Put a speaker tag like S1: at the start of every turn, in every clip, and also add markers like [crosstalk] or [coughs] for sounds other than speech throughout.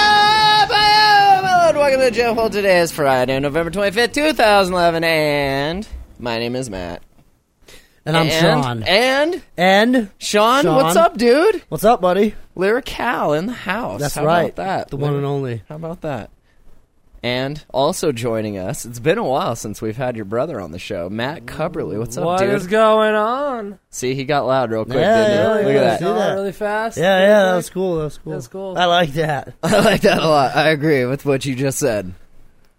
S1: Hello, and welcome to the Jam Hole. Today is Friday, November 25th, 2011, and my name is Matt.
S2: And I'm
S1: and,
S2: Sean.
S1: And
S2: And
S1: Sean,
S2: Sean.
S1: what's up, dude?
S2: what's up, buddy?
S1: Lyrical in the house.
S2: That's
S1: How
S2: right.
S1: About that?
S2: The one and only.
S1: How about that? And also joining us, it's been a while since we've had your brother on the show, Matt Cubberly. What's up,
S3: What
S1: dude?
S3: is going on?
S1: See, he got loud real quick,
S2: Yeah,
S1: didn't
S2: yeah,
S1: he? Look
S2: yeah,
S1: at
S2: see
S1: that. Oh, [laughs]
S3: Going
S2: that.
S3: really fast.
S2: Yeah, yeah, that was cool. That was cool.
S3: That's cool.
S2: I like
S1: [laughs]
S2: that.
S1: I like that a lot. I agree with what you just said.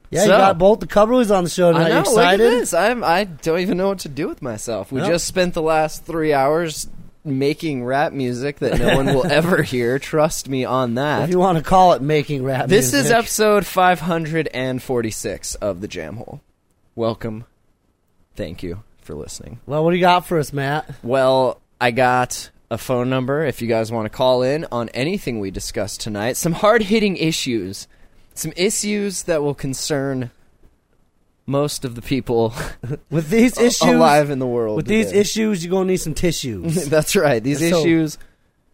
S2: Yeah, you
S1: So-
S2: got both the Cubberleys on the show tonight.
S1: I know.
S2: you
S1: Look at
S2: excited?
S1: this. I'm. I don't even know what to do with myself. We
S2: Yeah.
S1: just spent the last three hours making rap music that no one
S2: [laughs]
S1: will ever hear. Trust me on
S2: If
S1: that.
S2: you want to call it making rap.
S1: This is
S2: music.
S1: episode 546 of the Jam Hole. Welcome. Thank you for listening.
S2: Well, what do you got for us, Matt?
S1: Well, I got a phone number if you guys want to call in on anything we discussed tonight. Some hard hitting issues, some issues that will concern most of the people
S2: With these
S1: [laughs]
S2: issues,
S1: alive in the world.
S2: with these
S1: today.
S2: issues, you're gonna need some tissues.
S1: [laughs] That's right. These
S2: They're so-
S1: issues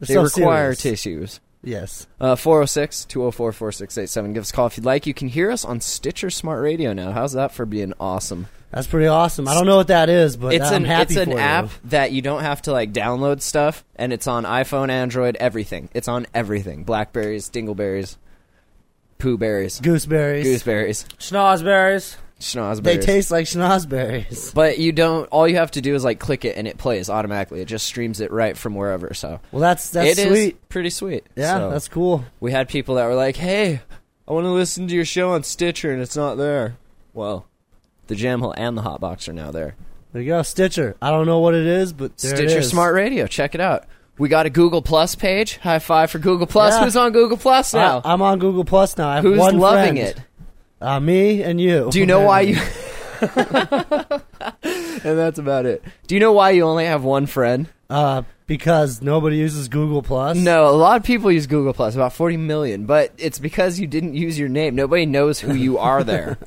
S1: they
S2: so
S1: require
S2: serious.
S1: tissues.
S2: yes.
S1: Uh, 406 204 4687. Give us a call if you'd like. You can hear us on Stitcher Smart Radio now. How's that for being awesome?
S2: That's pretty awesome. I don't know what that is, but uh,
S1: it's an,
S2: I'm happy
S1: it's an
S2: for you.
S1: app that you don't have to like download stuff, and it's on iPhone, Android, everything. It's on everything Blackberries, Dingleberries, Pooh Berries,
S2: Gooseberries.
S1: Gooseberries,
S3: Schnozberries.
S1: Schnozberries.
S2: They taste like schnozberries.
S1: but you don't, all you have to do is like click it and it plays automatically. It just streams it right from wherever. So
S2: Well, that's that's
S1: it is
S2: sweet.
S1: pretty sweet.
S2: Yeah,
S1: So-
S2: that's cool.
S1: we had people that were like, "Hey, I want to listen to your show on Stitcher, and it's not there." Well, the Jam Hole and the Hotbox are now there.
S2: There you go, Stitcher. I don't know what it is, but there it
S1: Stitcher
S2: is.
S1: Smart Radio, check it out. We got a Google Plus page. High five for Google Plus.
S2: Yeah.
S1: Who's on Google Plus now?
S2: I, am on Google Plus now. I have
S1: Who's
S2: one
S1: loving
S2: friend.
S1: it?
S2: Uh, me and you.
S1: Do you know why you? [laughs] and that's about it. Do you know why you only have one friend?
S2: [laughs] Uh, because nobody uses Google Plus.
S1: No, a lot of people use Google Plus, about 40 million, but it's because you didn't use your name. Nobody knows who you are
S2: [laughs]
S1: there.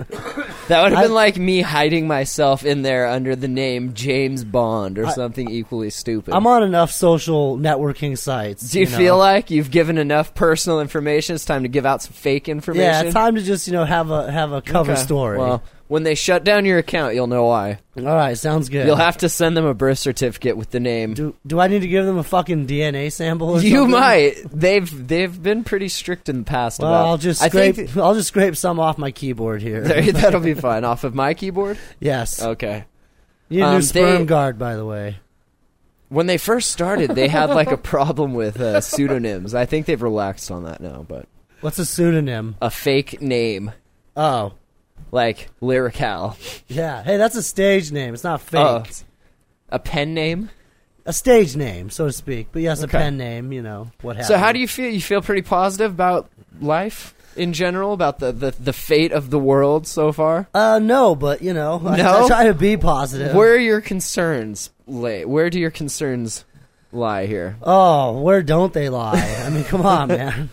S1: that would have been
S2: I-
S1: like me hiding myself in there under the name James Bond or something equally stupid.
S2: I'm on enough social networking sites.
S1: Do you,
S2: know.
S1: feel like you've given enough personal information? It's time to give out some fake information.
S2: Yeah, it's time to just you know have a have a cover
S1: Okay.
S2: story.
S1: Well, when they shut down your account, you'll know why.
S2: All right, sounds good.
S1: You'll have to send them a birth certificate with the name.
S2: do, do I need to give them a fucking DNA sample? Or
S1: you
S2: something?
S1: might. They've they've been pretty strict in the past
S2: Well,
S1: about.
S2: I'll just
S1: I think
S2: scrape. I'll just scrape some off my keyboard here.
S1: There- That'll be fine. Off of my keyboard?
S2: [laughs] yes,
S1: Okay.
S2: you need a
S1: um,
S2: new sperm
S1: they-
S2: guard, by the way.
S1: When they first started, they had like a problem with uh, pseudonyms. I think they've relaxed on that now, but
S2: What's a pseudonym?
S1: a fake name
S2: Oh,
S1: like Lyrical,
S2: yeah. Hey, that's a stage name. It's not fake.
S1: Oh. a pen name.
S2: a stage name, so to speak. But yes,
S1: Okay.
S2: a pen name. You know what happened.
S1: So how do you feel? You feel pretty positive about life in general, about the the, the fate of the world so far.
S2: Uh, no, but you know, [laughs] I- I,
S1: No?
S2: try to be positive.
S1: Where are your concerns lay? Where do your concerns lie here?
S2: oh, where don't they lie? I mean, come
S1: [laughs]
S2: on, man.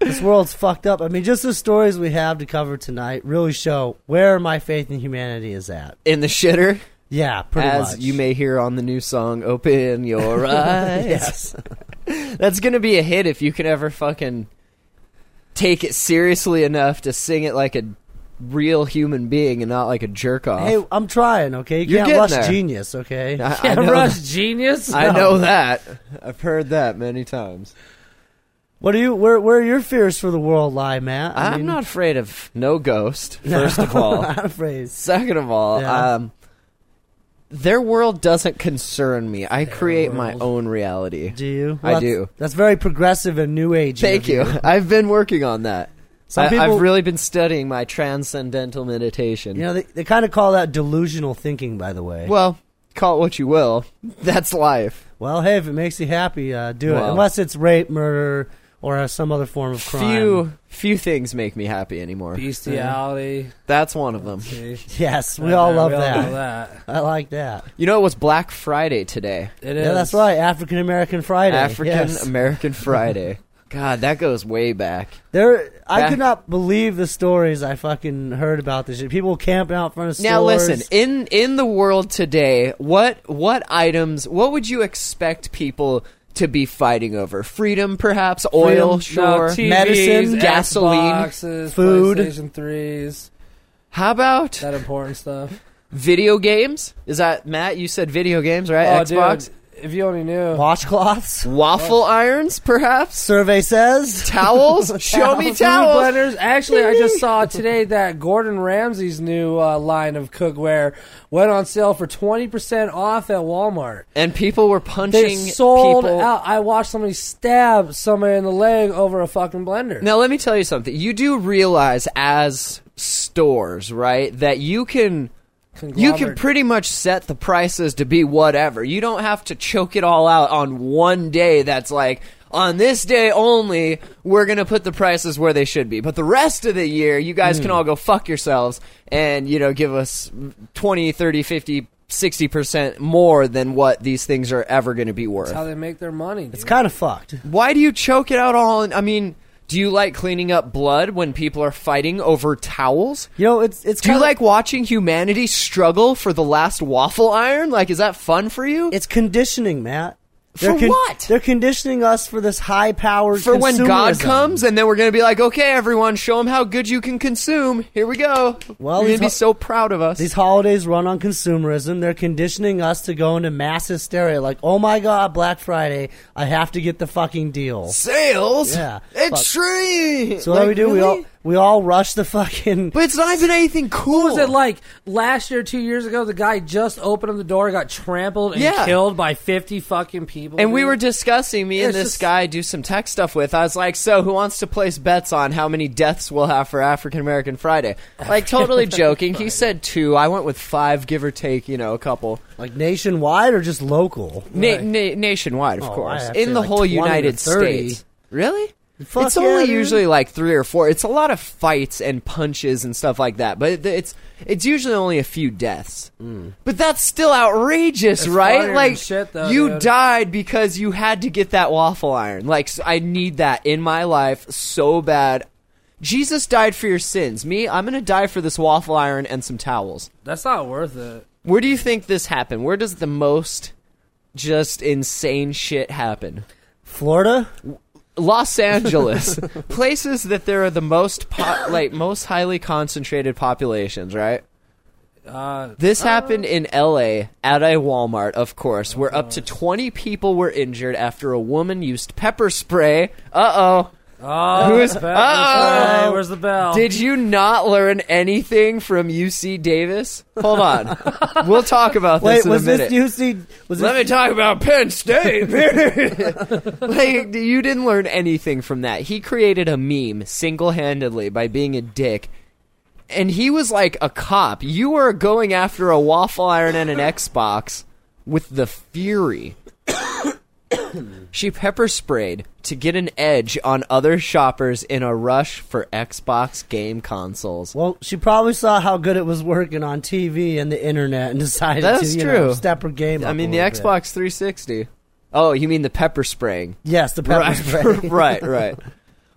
S2: this world's fucked up. I mean, just the stories we have to cover tonight really show where my faith in humanity is at.
S1: In the shitter,
S2: Yeah, pretty
S1: as
S2: much.
S1: you may hear on the new song "Open
S2: [laughs]
S1: Your Eyes." [laughs]
S2: yes.
S1: That's gonna be a hit if you can ever fucking take it seriously enough to sing it like a real human being and not like a jerk off.
S2: hey, I'm trying. Okay, you
S1: You're
S2: can't
S1: getting
S2: rush
S1: there.
S2: genius. Okay.
S1: I, I
S3: Yeah,
S1: know,
S3: Rush Genius.
S1: I know that. I've heard that many times.
S2: What are you? Where Where are your fears for the world lie, Matt? I
S1: I am
S2: mean,
S1: not afraid of no ghost. First of all,
S2: [laughs] I'm afraid.
S1: second of all,
S2: Yeah.
S1: um, their world doesn't concern me. I create my own reality.
S2: Do you?
S1: I
S2: Well, that's-
S1: do.
S2: That's very progressive and new age.
S1: Thank
S2: of
S1: you. [laughs] I've been working on that.
S2: Some
S1: I,
S2: people-
S1: I've really been studying my transcendental meditation.
S2: You know, they, they kind of call that delusional thinking, by the way.
S1: Well, call it what you will. That's life.
S2: Well, hey, if it makes you happy, uh, do it.
S1: Well.
S2: Unless it's rape, murder, or uh, some other form of crime.
S1: Few few things make me happy anymore.
S3: Bestiality.
S1: That's one of them.
S2: Yes, we all love
S3: we
S2: that.
S3: All love that.
S2: I like that.
S1: You know it was Black Friday today.
S3: It
S2: Yeah,
S3: is.
S2: that's right. African American Friday.
S1: African
S2: yes.
S1: [laughs] American Friday. God, that goes way back.
S2: There, I
S1: Back-
S2: could not believe the stories I fucking heard about this shit. People camping out in front of stores.
S1: Now listen, in in the world today, what what items what would you expect people to be fighting over? Freedom perhaps, oil,
S2: Freedom,
S1: sure.
S3: No, TVs,
S2: medicine,
S1: gasoline,
S3: Xboxes,
S2: food.
S3: PlayStation threes,
S1: How about
S3: that important stuff.
S1: video games? Is that Matt, you said video games, right?
S3: Oh,
S1: Xbox?
S3: dude, if you only knew.
S2: washcloths.
S1: Waffle irons perhaps?
S2: Survey says [laughs]
S1: Towels? Show me
S3: Food
S1: towels.
S3: blenders. Actually, I just saw today that Gordon Ramsay's new uh, line of cookware went on sale for twenty percent off at Walmart.
S1: And people were punching
S3: They sold
S1: people
S3: out. I watched somebody stab somebody in the leg over a fucking blender.
S1: Now let me tell you something. You do realize as stores, right, that you can you can
S3: Conglomerate.
S1: pretty much set the prices to be whatever. You don't have to choke it all out on one day that's like on this day only we're going to put the prices where they should be. But the rest of the year you guys can all go fuck yourselves and you know give us 20, 30, 50 60% more than what these things are ever going to be worth.
S3: how they make their money.
S2: it's
S3: dude.
S2: kind of fucked.
S1: Why do you choke it out all? In, I mean, do you like cleaning up blood when people are fighting over towels?
S2: You know, it's it's
S1: Do you
S2: kinda-
S1: like watching humanity struggle for the last waffle iron? Like, is that fun for you?
S2: it's conditioning, Matt.
S1: For what?
S2: They're conditioning us for this high powered
S1: for when God comes, and then we're gonna be like, okay, everyone, show them how good you can consume. Here we go.
S2: Well,
S1: you're
S2: these
S1: gonna be
S2: ho-
S1: so proud of us.
S2: These holidays run on consumerism. They're conditioning us to go into mass hysteria. Like, oh my God, Black Friday, I have to get the fucking deal.
S1: sales,
S2: Yeah,
S1: extreme.
S2: So what do we do? We all we all rush the
S1: [laughs]
S2: fucking.
S1: but it's not even anything cool.
S3: What was it like last year, two years ago? The guy just opened up the door, got trampled and
S1: Yeah.
S3: killed by fifty fucking people.
S1: And we
S3: dude.
S1: were discussing me and
S3: It's
S1: this
S3: just-
S1: guy I do some tech stuff with. I was like, "So, who wants to place bets on how many deaths we'll have for African American Friday?" Like,
S3: [laughs]
S1: totally joking. He said two. I went with five, give or take, you know, a couple
S2: Like nationwide or just local?
S1: na- na- nationwide, of
S2: Oh, I'd
S1: course,
S2: have to
S1: in
S2: say
S1: the
S2: like
S1: whole
S2: 20 to
S1: United
S2: 30.
S1: States. Really?
S2: Fuck
S1: it's
S2: yeah,
S1: only
S2: dude.
S1: usually like three or four. It's a lot of fights and punches and stuff like that, but it- it's it's usually only a few deaths.
S2: Hmm.
S1: But that's still outrageous,
S3: It's funnier
S1: right?
S3: than
S1: Like
S3: shit, though,
S1: you
S3: dude.
S1: died because you had to get that waffle iron. Like s- I need that in my life so bad. Jesus died for your sins. Me, I'm gonna die for this waffle iron and some towels.
S3: That's not worth it.
S1: Where do you think this happened? Where does the most just insane shit happen?
S2: Florida?
S1: Los
S3: [laughs]
S1: Angeles, places that there are the most po- like most highly concentrated populations, right?
S3: Uh,
S1: This happened in LA at a Walmart, of course, where up
S3: Uh.
S1: to 20 people were injured after a woman used pepper spray. Uh-oh.
S3: oh,
S1: Who's-
S3: the bell.
S1: Uh-oh.
S3: Hey, where's the bell?
S1: Did you not learn anything from UC Davis? Hold
S3: [laughs]
S1: on. we'll talk about
S2: Wait,
S1: this in
S2: was
S1: a
S2: this
S1: minute.
S2: UC? Was
S1: Let me
S2: this,
S1: talk about Penn State. [laughs] like you didn't learn anything from that. He created a meme single-handedly by being a dick. And he was like a cop. You were going after a waffle iron and an Xbox with the fury. [coughs] she pepper sprayed to get an edge on other shoppers in a rush for Xbox game consoles.
S2: well, she probably saw how good it was working on TV and the internet and decided
S1: That's
S2: to you know,
S1: true.
S2: step her game up.
S1: I
S2: a
S1: mean the
S2: little bit.
S1: Xbox 360. Oh, you mean the pepper spraying?
S2: Yes, the pepper
S1: right, [laughs]
S2: spray.
S1: right, right.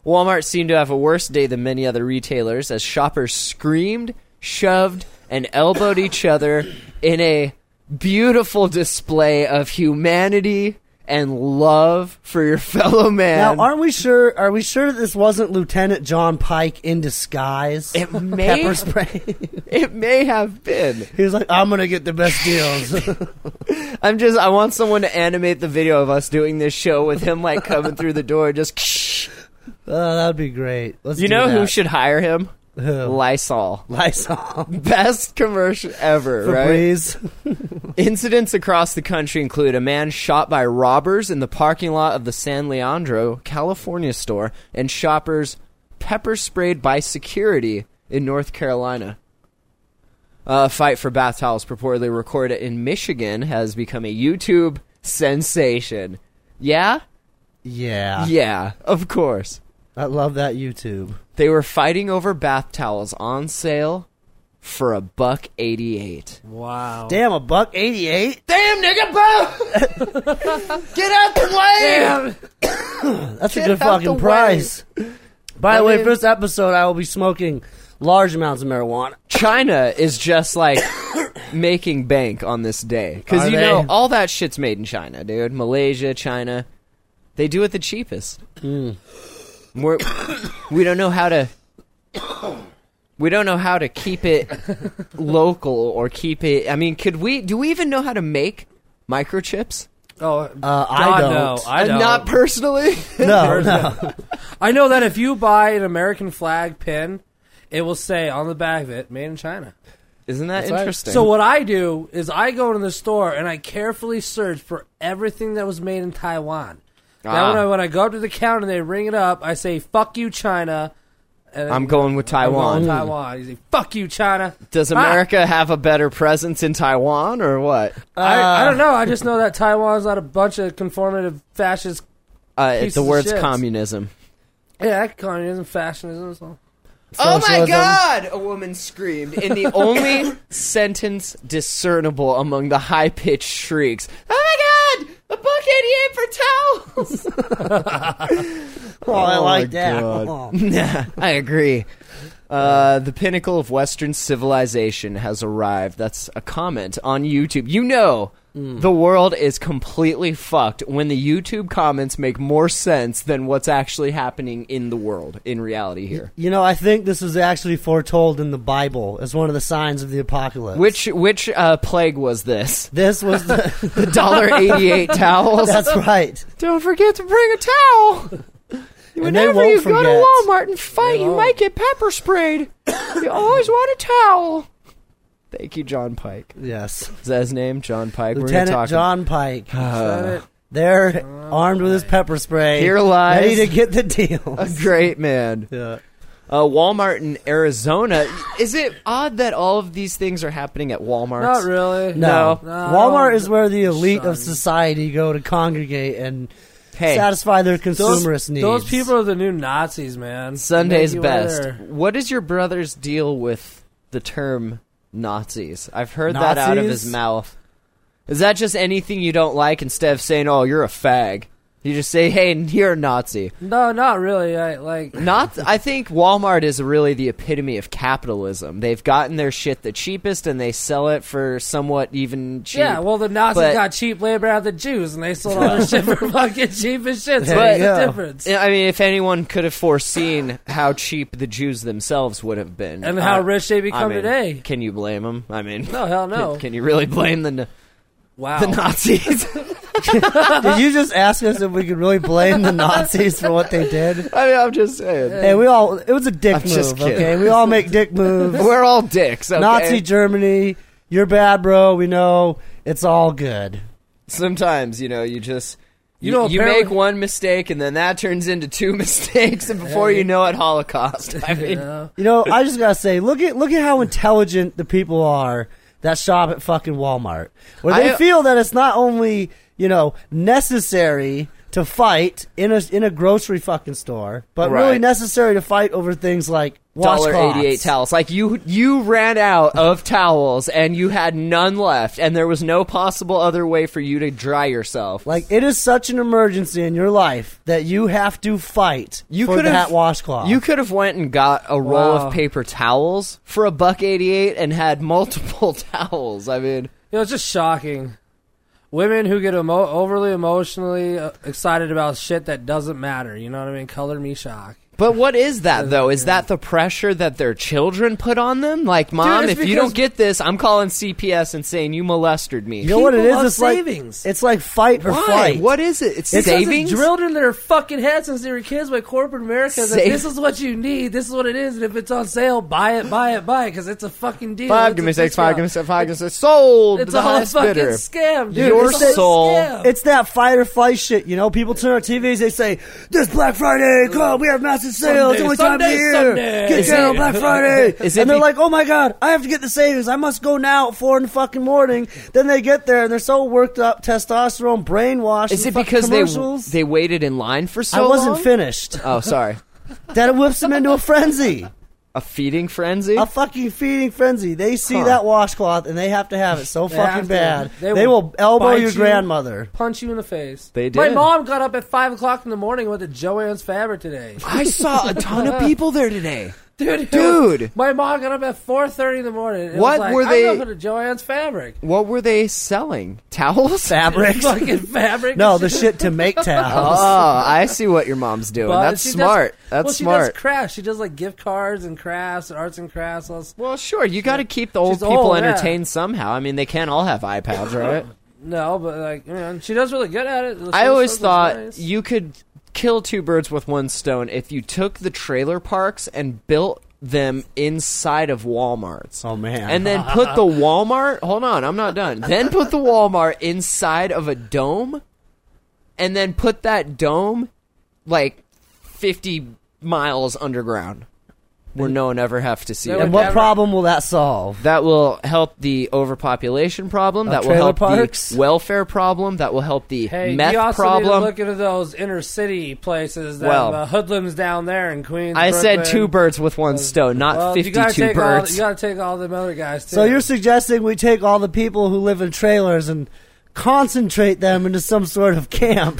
S1: Walmart seemed to have a worse day than many other retailers as shoppers screamed, shoved, and elbowed each other in a beautiful display of humanity and love for your fellow man.
S2: Now, aren't we sure? Are we sure that this wasn't Lieutenant John Pike in disguise?
S1: It may-
S2: pepper spray.
S1: it may have been.
S2: he was like, "I'm gonna get the
S1: [laughs]
S2: best deals." [laughs] Oh,
S1: I'm just I want someone to animate the video of us doing this show with him like coming through the door just
S2: oh, that'd be great. Let's
S1: You
S2: do
S1: know who
S2: that.
S1: should hire him?
S2: Who?
S1: Lysol.
S2: Lysol,
S1: Best commercial ever, right?
S2: Febreze.
S1: Incidents across the country include a man shot by robbers in the parking lot of the San Leandro, California store, and shoppers pepper sprayed by security in North Carolina. uh, fight for bath towels purportedly recorded in Michigan has become a YouTube sensation. Yeah?
S2: Yeah.
S1: Yeah, of course.
S2: I love that YouTube.
S1: They were fighting over bath towels on sale for a buck 88.
S3: Wow.
S2: Damn, a buck 88?
S1: Damn, nigga, boo!
S2: [laughs]
S1: Get out the way! [coughs]
S2: That's a
S1: Get
S2: good
S1: out the
S2: fucking
S1: way.
S2: price. By the
S1: I
S2: way,
S1: mean-
S2: first episode, I will be smoking large amounts of marijuana.
S1: China is just
S3: [coughs]
S1: like making bank on this day because
S2: Are
S1: you
S2: they?
S1: know all that shit's made in China, dude. Malaysia, China, they do it the cheapest.
S3: Hmm.
S1: We're- we don't know how to. We don't know how to keep it
S3: [laughs]
S1: local or keep it. I mean, could we? Do we even know how to make microchips?
S3: Oh,
S2: Uh, I
S3: God,
S2: don't.
S3: no. I don't.
S1: Not personally. [laughs]
S2: No, no.
S3: I know that if you buy an American flag pin, it will say on the back of it, "Made in China."
S1: Isn't that interesting?
S3: So what I do is I go into the store and I carefully search for everything that was made in Taiwan. Now
S1: Ah.
S3: when I when I go up to the counter and they ring it up, I say "fuck you, China." And
S1: I'm going with
S3: I'm going
S1: Taiwan.
S3: with Taiwan. You say "fuck you, China."
S1: Does
S3: Ah!
S1: America have a better presence in Taiwan or what? Ah.
S3: I, I don't know. I just know that Taiwan's not a bunch of conformative fascist.
S1: Uh,
S3: pieces
S1: the
S3: of
S1: word's
S3: shits.
S1: communism.
S3: Yeah, communism, fascism. So.
S1: Oh my
S2: Socialism.
S1: god! A woman screamed in the
S2: [laughs]
S1: only sentence discernible among the high pitched shrieks. Oh my god! A buck
S2: [laughs]
S1: 88 for towels!
S2: Oh, I
S1: Oh,
S2: like
S1: my
S2: that.
S1: [laughs] God. nah, I agree. Uh, the pinnacle of Western civilization has arrived. That's a comment on YouTube. You know, the world is completely fucked when the YouTube comments make more sense than what's actually happening in the world, in reality here.
S2: [laughs] You know, I think this was actually foretold in the Bible as one of the signs of the apocalypse.
S1: Which which uh, plague was this? [laughs]
S2: this was the. [laughs]
S1: The dollar eighty eight towels.
S2: that's right.
S1: Don't forget to bring a towel.
S2: And they won't forget.
S1: Walmart and fight, you might get pepper sprayed. you always want a towel. Thank you, John Pike.
S2: Yes,
S1: Is that his name? John Pike. We're gonna
S2: Lieutenant
S1: talk [sighs]
S2: John Pike.
S3: Uh,
S2: They're armed with his pepper spray.
S1: Here lies-
S2: ready to get the deal.
S1: [laughs]
S2: [laughs]
S1: A great man.
S2: yeah.
S1: Uh, Walmart in Arizona. Is it odd that all of these things are happening at Walmart?
S3: not really.
S2: No.
S3: No.
S2: Walmart is where the elite of
S3: Son.
S2: society go to congregate and
S1: Hey,
S2: satisfy their
S3: Those,
S2: consumerist needs.
S3: those people are the new Nazis, man.
S1: Sunday's
S3: Make you
S1: best.
S3: either-
S1: What is your brother's deal with the term Nazis? I've heard that out of his
S2: Nazis?
S1: mouth. Is that just anything you don't like instead of saying, "Oh, you're a fag"? You just say, "Hey, you're a Nazi."
S3: No, not really. I like.
S1: Not. I think Walmart is really the epitome of capitalism. They've gotten their shit the cheapest, and they sell it for somewhat even cheap.
S3: Yeah, well, the Nazis
S1: but-
S3: got cheap labor out of the Jews, and they sold all
S1: [laughs]
S3: their shit for fucking cheap as shit. So
S2: There
S3: what's
S1: you
S3: the
S2: go.
S3: difference?
S1: I mean, if anyone could have foreseen how cheap the Jews themselves would have been,
S3: And how rich they
S1: I
S3: become
S1: mean,
S3: today.
S1: can you blame them? I mean,
S3: No, hell no.
S1: Can, can you really blame the
S3: wow.
S1: the Nazis? [laughs]
S2: Did you just ask us if we could really
S1: [laughs]
S2: blame the Nazis for what they did?
S1: I mean, I'm just saying.
S2: Hey, we all it was a dick
S1: I'm
S2: move,
S1: just kidding.
S2: okay? We all make dick moves.
S1: [laughs] We're all dicks. Okay?
S2: Nazi Germany, you're bad, bro. We know it's all good.
S1: Sometimes you know you just you,
S3: know,
S1: you
S3: apparently-
S1: make one mistake and then that turns into two [laughs] mistakes, and before you know it, Holocaust. I mean,
S2: You know, I just gotta say, look at look at how intelligent the people are that shop at fucking Walmart, where they
S1: I- uh,
S2: feel that it's not only you know necessary to fight in a in a grocery fucking store, but really
S1: Right.
S2: necessary to fight over things like
S1: dollar
S2: washcloths.
S1: eighty eight towels. Like you, you ran out of towels and you had none left, and there was no possible other way for you to dry yourself.
S2: Like it is such an emergency in your life that you have to fight
S1: You
S2: for
S1: could
S2: that
S1: have
S2: washcloth.
S1: You could have went and got a roll
S3: Wow.
S1: of paper towels for a buck eighty eight and had multiple [laughs] towels. I mean,
S3: You know, it's just shocking. Women who get emo- overly emotionally uh, excited about shit that doesn't matter. You know what I mean? Color me shocked.
S1: But what is that though? Is that the pressure that their children put on them? Like, mom,
S3: it's
S1: if you don't
S3: because-
S1: get this, I'm calling CPS and saying you molested me.
S2: You know what it
S3: People
S2: is?
S3: love
S2: It's like
S3: savings.
S2: it's like fight or
S1: Why?
S2: flight.
S1: What is it? It's,
S2: It's 'cause
S3: Because
S1: savings.
S3: It's drilled into their fucking heads since they were kids by corporate America that
S1: Save-
S3: this is what you need, this is what it is, and if it's on sale, buy it, buy it, buy it, because it's a fucking deal. It's a discount.
S1: six, five, give me six. Sold.
S3: It's all a fucking scam, dude.
S1: Your
S3: It's a
S1: soul.
S3: scam.
S2: It's that fight or flight shit, you know. People turn on TVs, they say, "This Black Friday, come, we have massive on sale. it's
S3: Sunday,
S2: only time of
S3: Sunday,
S2: year.
S3: Sunday.
S2: Get
S3: Is
S2: down
S3: it-
S2: Black Friday.
S1: Is it
S2: and they're
S1: be-
S2: like, oh my god, I have to get the savings. I must go now at four in the fucking morning. Then they get there and they're so worked up, testosterone, brainwashed.
S1: Is
S2: and
S1: it
S2: fucking
S1: because they
S2: commercials.
S1: they waited in line for so
S2: I
S1: long?
S2: wasn't finished.
S1: Oh, sorry.
S2: That it whips them into a frenzy.
S1: A feeding frenzy. [laughs]
S2: A fucking feeding frenzy. They see
S1: Huh.
S2: that washcloth and they have to have it so
S3: have
S2: fucking
S3: to.
S2: bad.
S3: They
S2: They,
S3: will
S2: will, elbow
S3: bite
S2: your
S3: you.
S2: grandmother.
S3: Punch you in the face.
S1: They
S3: My
S1: did.
S3: mom got up at five o'clock in the morning and went to Joanne's
S1: [laughs]
S3: Fabric today.
S1: I saw a ton of people there today.
S3: Dude, it
S1: Dude.
S3: was- my mom got up at four thirty in the morning. and
S1: What
S3: was like,
S1: were they-
S3: I'm going to
S1: [laughs]
S3: Joanne's Fabric.
S1: What were they selling? Towels?
S2: Fabrics.
S3: Fucking
S2: [laughs]
S3: fabric.
S2: no, the
S3: [laughs]
S2: shit to
S1: [laughs]
S2: make towels.
S1: Oh, I see what your mom's doing.
S3: But
S1: That's
S3: she does-
S1: smart. That's
S3: well,
S1: smart.
S3: She does crafts. She does like gift cards and crafts and arts and crafts. All this-
S1: well, sure. You got to keep the old
S3: She's
S1: people
S3: old, yeah.
S1: entertained somehow. I mean, they can't all have
S3: [laughs]
S1: iPads, right?
S3: No, but like, man, she does really good at it. The
S1: I
S3: show
S1: always
S3: stuff is
S1: thought
S3: nice.
S1: you could kill two birds with one stone if you took the trailer parks and built them inside of Walmarts.
S2: Oh, man.
S1: And then put
S2: [laughs]
S1: the Walmart, hold on, I'm not done. Then put the Walmart inside of a dome and then put that dome like 50 miles underground where no one ever have to see
S3: That
S1: it.
S2: and
S3: would
S2: what
S3: never-
S2: problem will that solve?
S1: That will help the overpopulation problem. that will
S2: trailer
S1: help
S2: parks?
S1: the welfare problem. That will help the
S3: Hey,
S1: meth
S3: you also need to
S1: problem.
S3: look into those inner city places that
S1: Well.
S3: the hoodlums down there in Queens.
S1: I said
S3: Brooklyn.
S1: two birds with one stone, not
S3: Well, you gotta
S1: 52
S3: take all-
S1: birds.
S3: you got to take all them other guys too.
S2: So you're suggesting we take all the people who live in trailers and concentrate them into some sort of camp?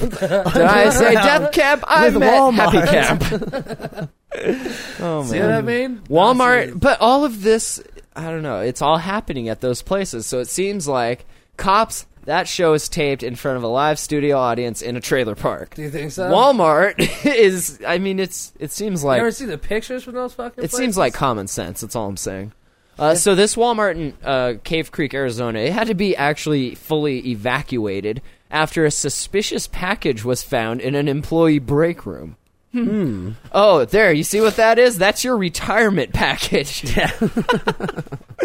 S1: [laughs] Did I say death camp? I
S2: With
S1: meant
S2: Walmart.
S1: happy
S3: [laughs]
S1: camp. oh,
S3: See what I
S1: man.
S3: mean?
S1: Walmart, [laughs] but all of this, I don't know, it's all happening at those places. So it seems like cops, that show is taped in front of a live studio audience in a trailer park.
S3: Do you think so?
S1: Walmart [laughs] is, I mean, it's it seems
S3: You
S1: like
S3: ever see the pictures from those fucking?
S1: It
S3: places?
S1: seems like common sense. That's all I'm saying. Uh, so this Walmart in uh, Cave Creek, Arizona, it had to be actually fully evacuated after a suspicious package was found in an employee break room. Hmm. Oh, there. You see what that is? That's your retirement package. Yeah. [laughs]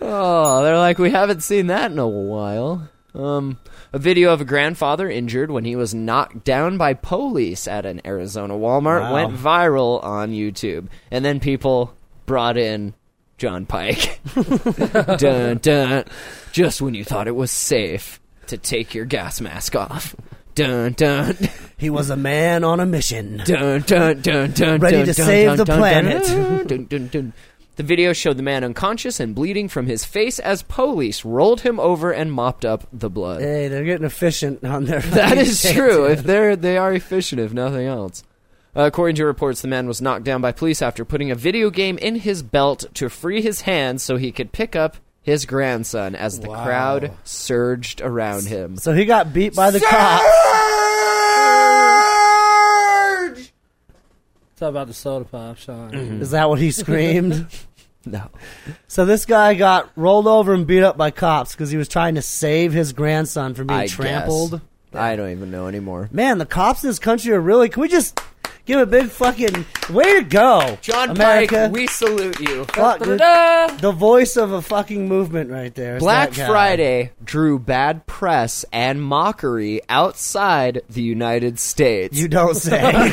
S1: oh, they're like we haven't seen that in a while. Um, a video of a grandfather injured when he was knocked down by police at an Arizona Walmart
S2: Wow.
S1: went viral on YouTube, and then people brought in John Pike. dun dun. Just when you thought it was safe to take your gas mask off. Dun dun
S2: he was a man on a mission.
S1: dun dun dun dun.
S2: Ready
S1: dun,
S2: to
S1: dun,
S2: save
S1: dun,
S2: the
S1: dun,
S2: planet.
S1: dun, dun, dun, dun. The video showed the man unconscious and bleeding from his face as police rolled him over and mopped up the blood.
S2: Hey, they're getting efficient on their.
S1: That
S2: fucking [laughs]
S1: is
S2: shit.
S1: true. If they're they are efficient, if nothing else. Uh, according to reports, the man was knocked down by police after putting a video game in his belt to free his hands so he could pick up his grandson as the crowd surged around him.
S2: So he got beat by the cops.
S3: It's all about the soda pop, Sean.
S2: Is that what he screamed?
S1: [laughs] No.
S2: so this guy got rolled over and beat up by cops because he was trying to save his grandson from being
S1: I
S2: trampled.
S1: guess. I don't even know anymore.
S2: Man, the cops in this country are really. Can we just give a big fucking way to go,
S1: John
S2: America?
S1: Pike, we salute you.
S2: Fuck, dude.
S3: Da-da-da.
S2: the voice of a fucking movement right there. is
S1: Black
S2: that guy.
S1: Friday drew bad press and mockery outside the United States.
S2: You
S1: [laughs]
S2: don't say.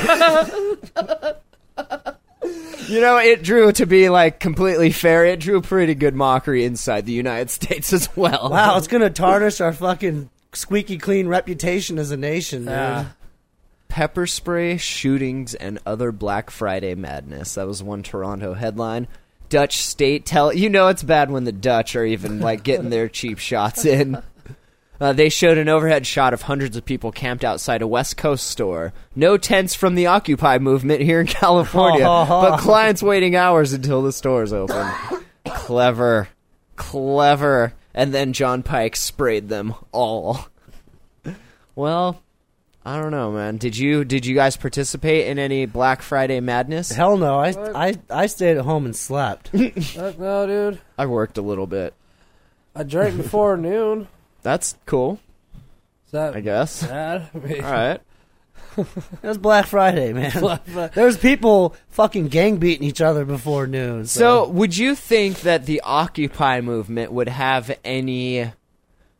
S1: You know, it drew to be like completely fair. It drew pretty good mockery inside the United [laughs] States as well.
S2: wow, it's gonna tarnish our fucking squeaky clean reputation as a nation, dude.
S3: Yeah.
S1: Pepper spray, shootings, and other Black Friday madness. That was one Toronto headline. Dutch state tell you know it's bad when the Dutch are even like getting their cheap shots in. Uh, they showed an overhead shot of hundreds of people camped outside a West Coast store. No tents from the Occupy movement here in California, but clients waiting hours until the stores open. clever, clever. And then John Pike sprayed them all. Well, I don't know, man. Did you did you guys participate in any Black Friday madness?
S2: Hell no, I, I I stayed at home
S1: [laughs]
S2: and slept.
S3: Fuck no, dude.
S1: I worked a little bit.
S3: I drank before [laughs] noon.
S1: That's cool,
S3: Is that
S1: I guess.
S3: bad? [laughs] I mean,
S1: All right.
S2: It was Black Friday, man. There's people fucking gang beating each other before noon.
S1: So, would you think that the Occupy movement would have any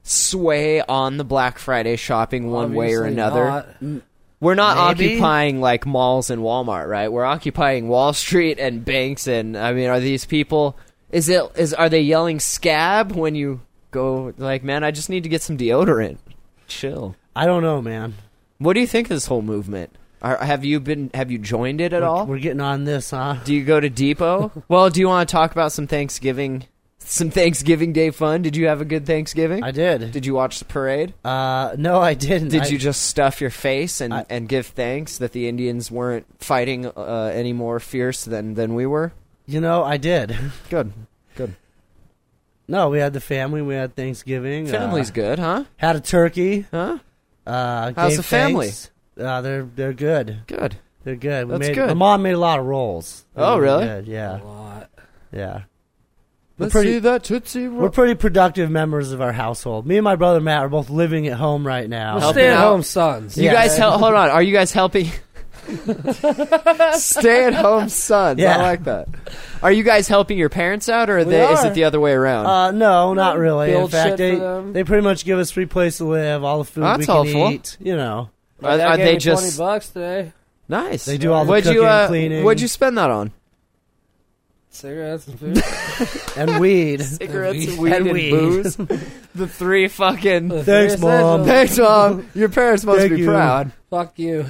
S1: sway on the Black Friday shopping one way or
S3: obviously
S1: another?
S3: not.
S1: We're not
S2: Maybe.
S1: occupying like malls and Walmart, right? We're occupying Wall [laughs] Street and banks. And I mean, are these people? Is it is are they yelling scab when you go like, man, I just need to get some deodorant. Chill.
S2: I don't know, man.
S1: What do you think of this whole movement? Are, have you been? Have you joined it at all?
S2: We're getting on this, huh?
S1: Do you go to
S2: [laughs]
S1: Depot? well, do you want to talk about some Thanksgiving, some Thanksgiving Day fun? Did you have a good Thanksgiving?
S2: I did.
S1: Did you watch the parade?
S2: Uh, no, I didn't.
S1: Did
S2: I-
S1: you just stuff your face and,
S2: I-
S1: and give thanks that the Indians weren't fighting uh, any more fierce than, than we were?
S2: You know, I did. [laughs]
S1: Good, good.
S2: No, we had the family. We had Thanksgiving. uh,
S1: Family's good, huh?
S2: had a turkey.
S1: Huh?
S2: Uh,
S1: How's
S2: gave
S1: the family?
S2: thanks. Uh, they're they're good.
S1: Good.
S2: They're good. We
S1: That's
S2: made,
S1: good.
S2: My mom made a lot of rolls. They
S1: Oh,
S2: were
S1: really?
S2: Good. Yeah,
S3: A lot.
S2: yeah. We're
S1: Let's
S2: pretty-
S1: see that tootsie roll.
S2: We're pretty productive members of our household. Me and my brother Matt are both living at home right now.
S1: Helping
S3: Stay at
S1: out.
S3: home sons.
S1: You
S2: Yeah.
S1: guys, hel- hold on. Are you guys
S2: [laughs]
S1: helping? Stay-at-home sons.
S2: Yeah.
S1: I like that. Are you guys helping your parents out, or are they, is
S2: are.
S1: it the other way around?
S2: Uh, no, not really. In
S3: build
S2: fact,
S3: shit
S2: they
S3: for them.
S2: they pretty much give us free place to live, all the food
S1: That's
S2: we can
S1: helpful.
S2: eat. You know,
S3: My
S1: are
S3: dad
S1: are
S3: gave
S1: they
S3: me
S1: just
S3: twenty bucks today?
S1: nice?
S2: They do all the
S1: what'd you,
S2: cooking and
S1: uh,
S2: cleaning.
S1: What'd you spend that on?
S3: Cigarettes and
S1: [laughs]
S3: food.
S2: and weed.
S1: Cigarettes,
S2: [laughs]
S3: And
S1: weed, and
S2: weed.
S1: booze. the three
S2: [laughs]
S1: fucking.
S2: Thanks,
S3: Very essential.
S2: Mom.
S1: Thanks, mom. Your parents must
S2: Thank
S1: be
S2: you.
S1: proud.
S3: Fuck you.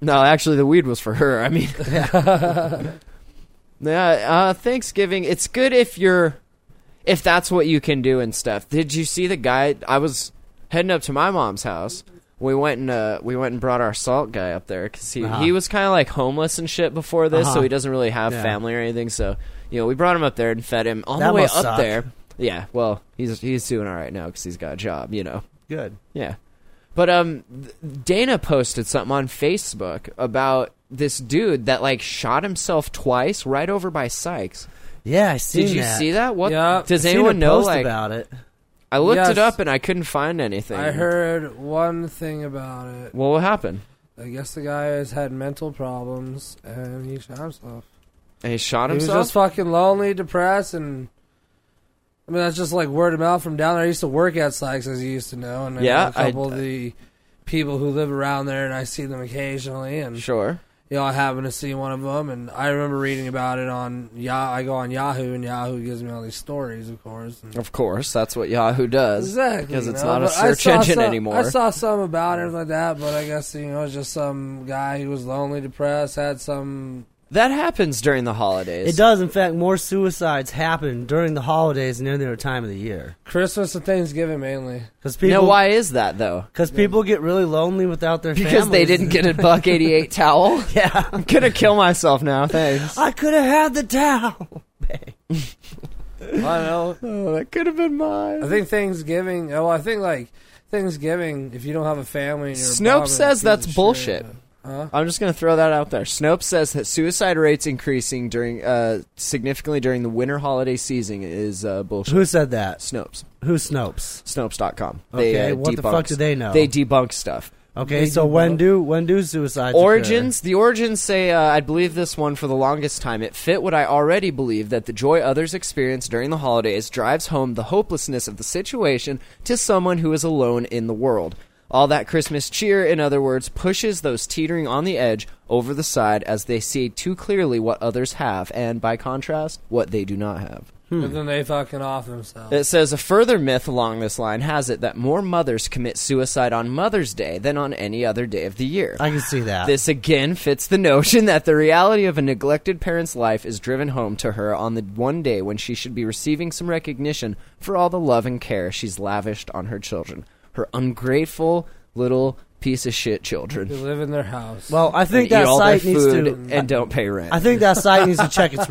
S1: No, actually, the weed was for her. I
S2: [laughs]
S1: mean, yeah. Uh, Thanksgiving. It's good if you're, if that's what you can do and stuff. Did you see the guy? I was heading up to my mom's house. We went and uh, we went and brought our salt guy up there because he
S2: Uh-huh.
S1: he was kind of like homeless and shit before this,
S2: Uh-huh.
S1: so he doesn't really have
S2: Yeah.
S1: family or anything. So you know, we brought him up there and fed him on
S2: That
S1: the way up
S2: must suck.
S1: there. Yeah, well, he's he's doing all right now because he's got a job. You know.
S2: Good.
S1: Yeah. But um th- Dana posted something on Facebook about this dude that like shot himself twice right over by Sykes.
S2: Yeah, I see.
S1: Did you see that? What
S3: Yeah.
S1: does
S2: Seen a
S1: anyone know
S2: post
S1: like
S2: about it?
S1: I looked it
S3: Yes.
S1: up and I couldn't find anything.
S3: I heard one thing about it.
S1: Well, what happened?
S3: I guess the guy has had mental problems and he shot himself.
S1: And he shot
S3: He was
S1: himself.
S3: just fucking lonely, depressed, and I mean that's just like word of mouth from down there. I used to work at Sykes, as you used to know, and I
S1: Yeah,
S3: know a couple
S1: I-
S3: of the people who live around there, and I see them occasionally, and
S1: sure.
S3: you know I happen to see one of them, and I remember reading about it on Yah. I go on Yahoo, and Yahoo gives me all these stories, of course. and-
S1: Of course, that's what Yahoo does.
S3: Exactly,
S1: Because it's
S3: you know,
S1: not a
S3: but I
S1: search
S3: saw
S1: engine
S3: some-
S1: anymore.
S3: I saw some about it, everything like that, but I guess you know, it's just some guy who was lonely, depressed, had some
S1: that happens during the holidays.
S2: It does. In fact, more suicides happen during the holidays than any other time of the year.
S3: Christmas and Thanksgiving mainly.
S2: Because
S1: You
S2: people,
S1: know why is that though?
S2: Because people get really lonely without their
S1: Because they
S2: families.
S1: didn't get a buck 88 towel.
S2: [laughs]
S3: [laughs]
S2: yeah,
S1: I'm going to kill myself now, thanks.
S2: I could have had the towel.
S3: I don't know.
S1: oh, that could have been mine.
S3: I think Thanksgiving. Oh, I think like Thanksgiving. If you don't have a family, and you're a
S1: Snope
S3: bum, it's a
S1: says
S3: piece
S1: that's
S3: of shit.
S1: bullshit.
S3: Huh?
S1: I'm just going to throw that out there. Snopes says that suicide rates increasing during uh, significantly during the winter holiday season is uh, bullshit.
S2: Who said that?
S1: Snopes.
S2: Who snopes?
S1: Snopes.com.
S2: Okay,
S1: They, uh,
S2: what the
S1: debunk-
S2: fuck do they know?
S1: They debunk stuff.
S2: Okay, so when do when do suicides occur?
S1: Origins. The origins say, uh, I believe this one for the longest time. It fit what I already believed that the joy others experience during the holidays drives home the hopelessness of the situation to someone who is alone in the world. All that Christmas cheer, in other words, pushes those teetering on the edge over the side as they see too clearly what others have and, by contrast, what they do not have.
S3: But then they fucking off themselves.
S1: It says a further myth along this line has it that more mothers commit suicide on Mother's Day than on any other day of the year.
S2: I can see that.
S1: This again fits the notion that the reality of a neglected parent's life is driven home to her on the one day when she should be receiving some recognition for all the love and care she's lavished on her children. Her ungrateful little piece of shit
S3: they
S1: children.
S3: live in their house.
S2: well, I think
S1: They eat
S2: that
S1: all their
S2: site needs
S1: food
S2: to.
S1: and don't pay rent.
S2: I think that site needs to check its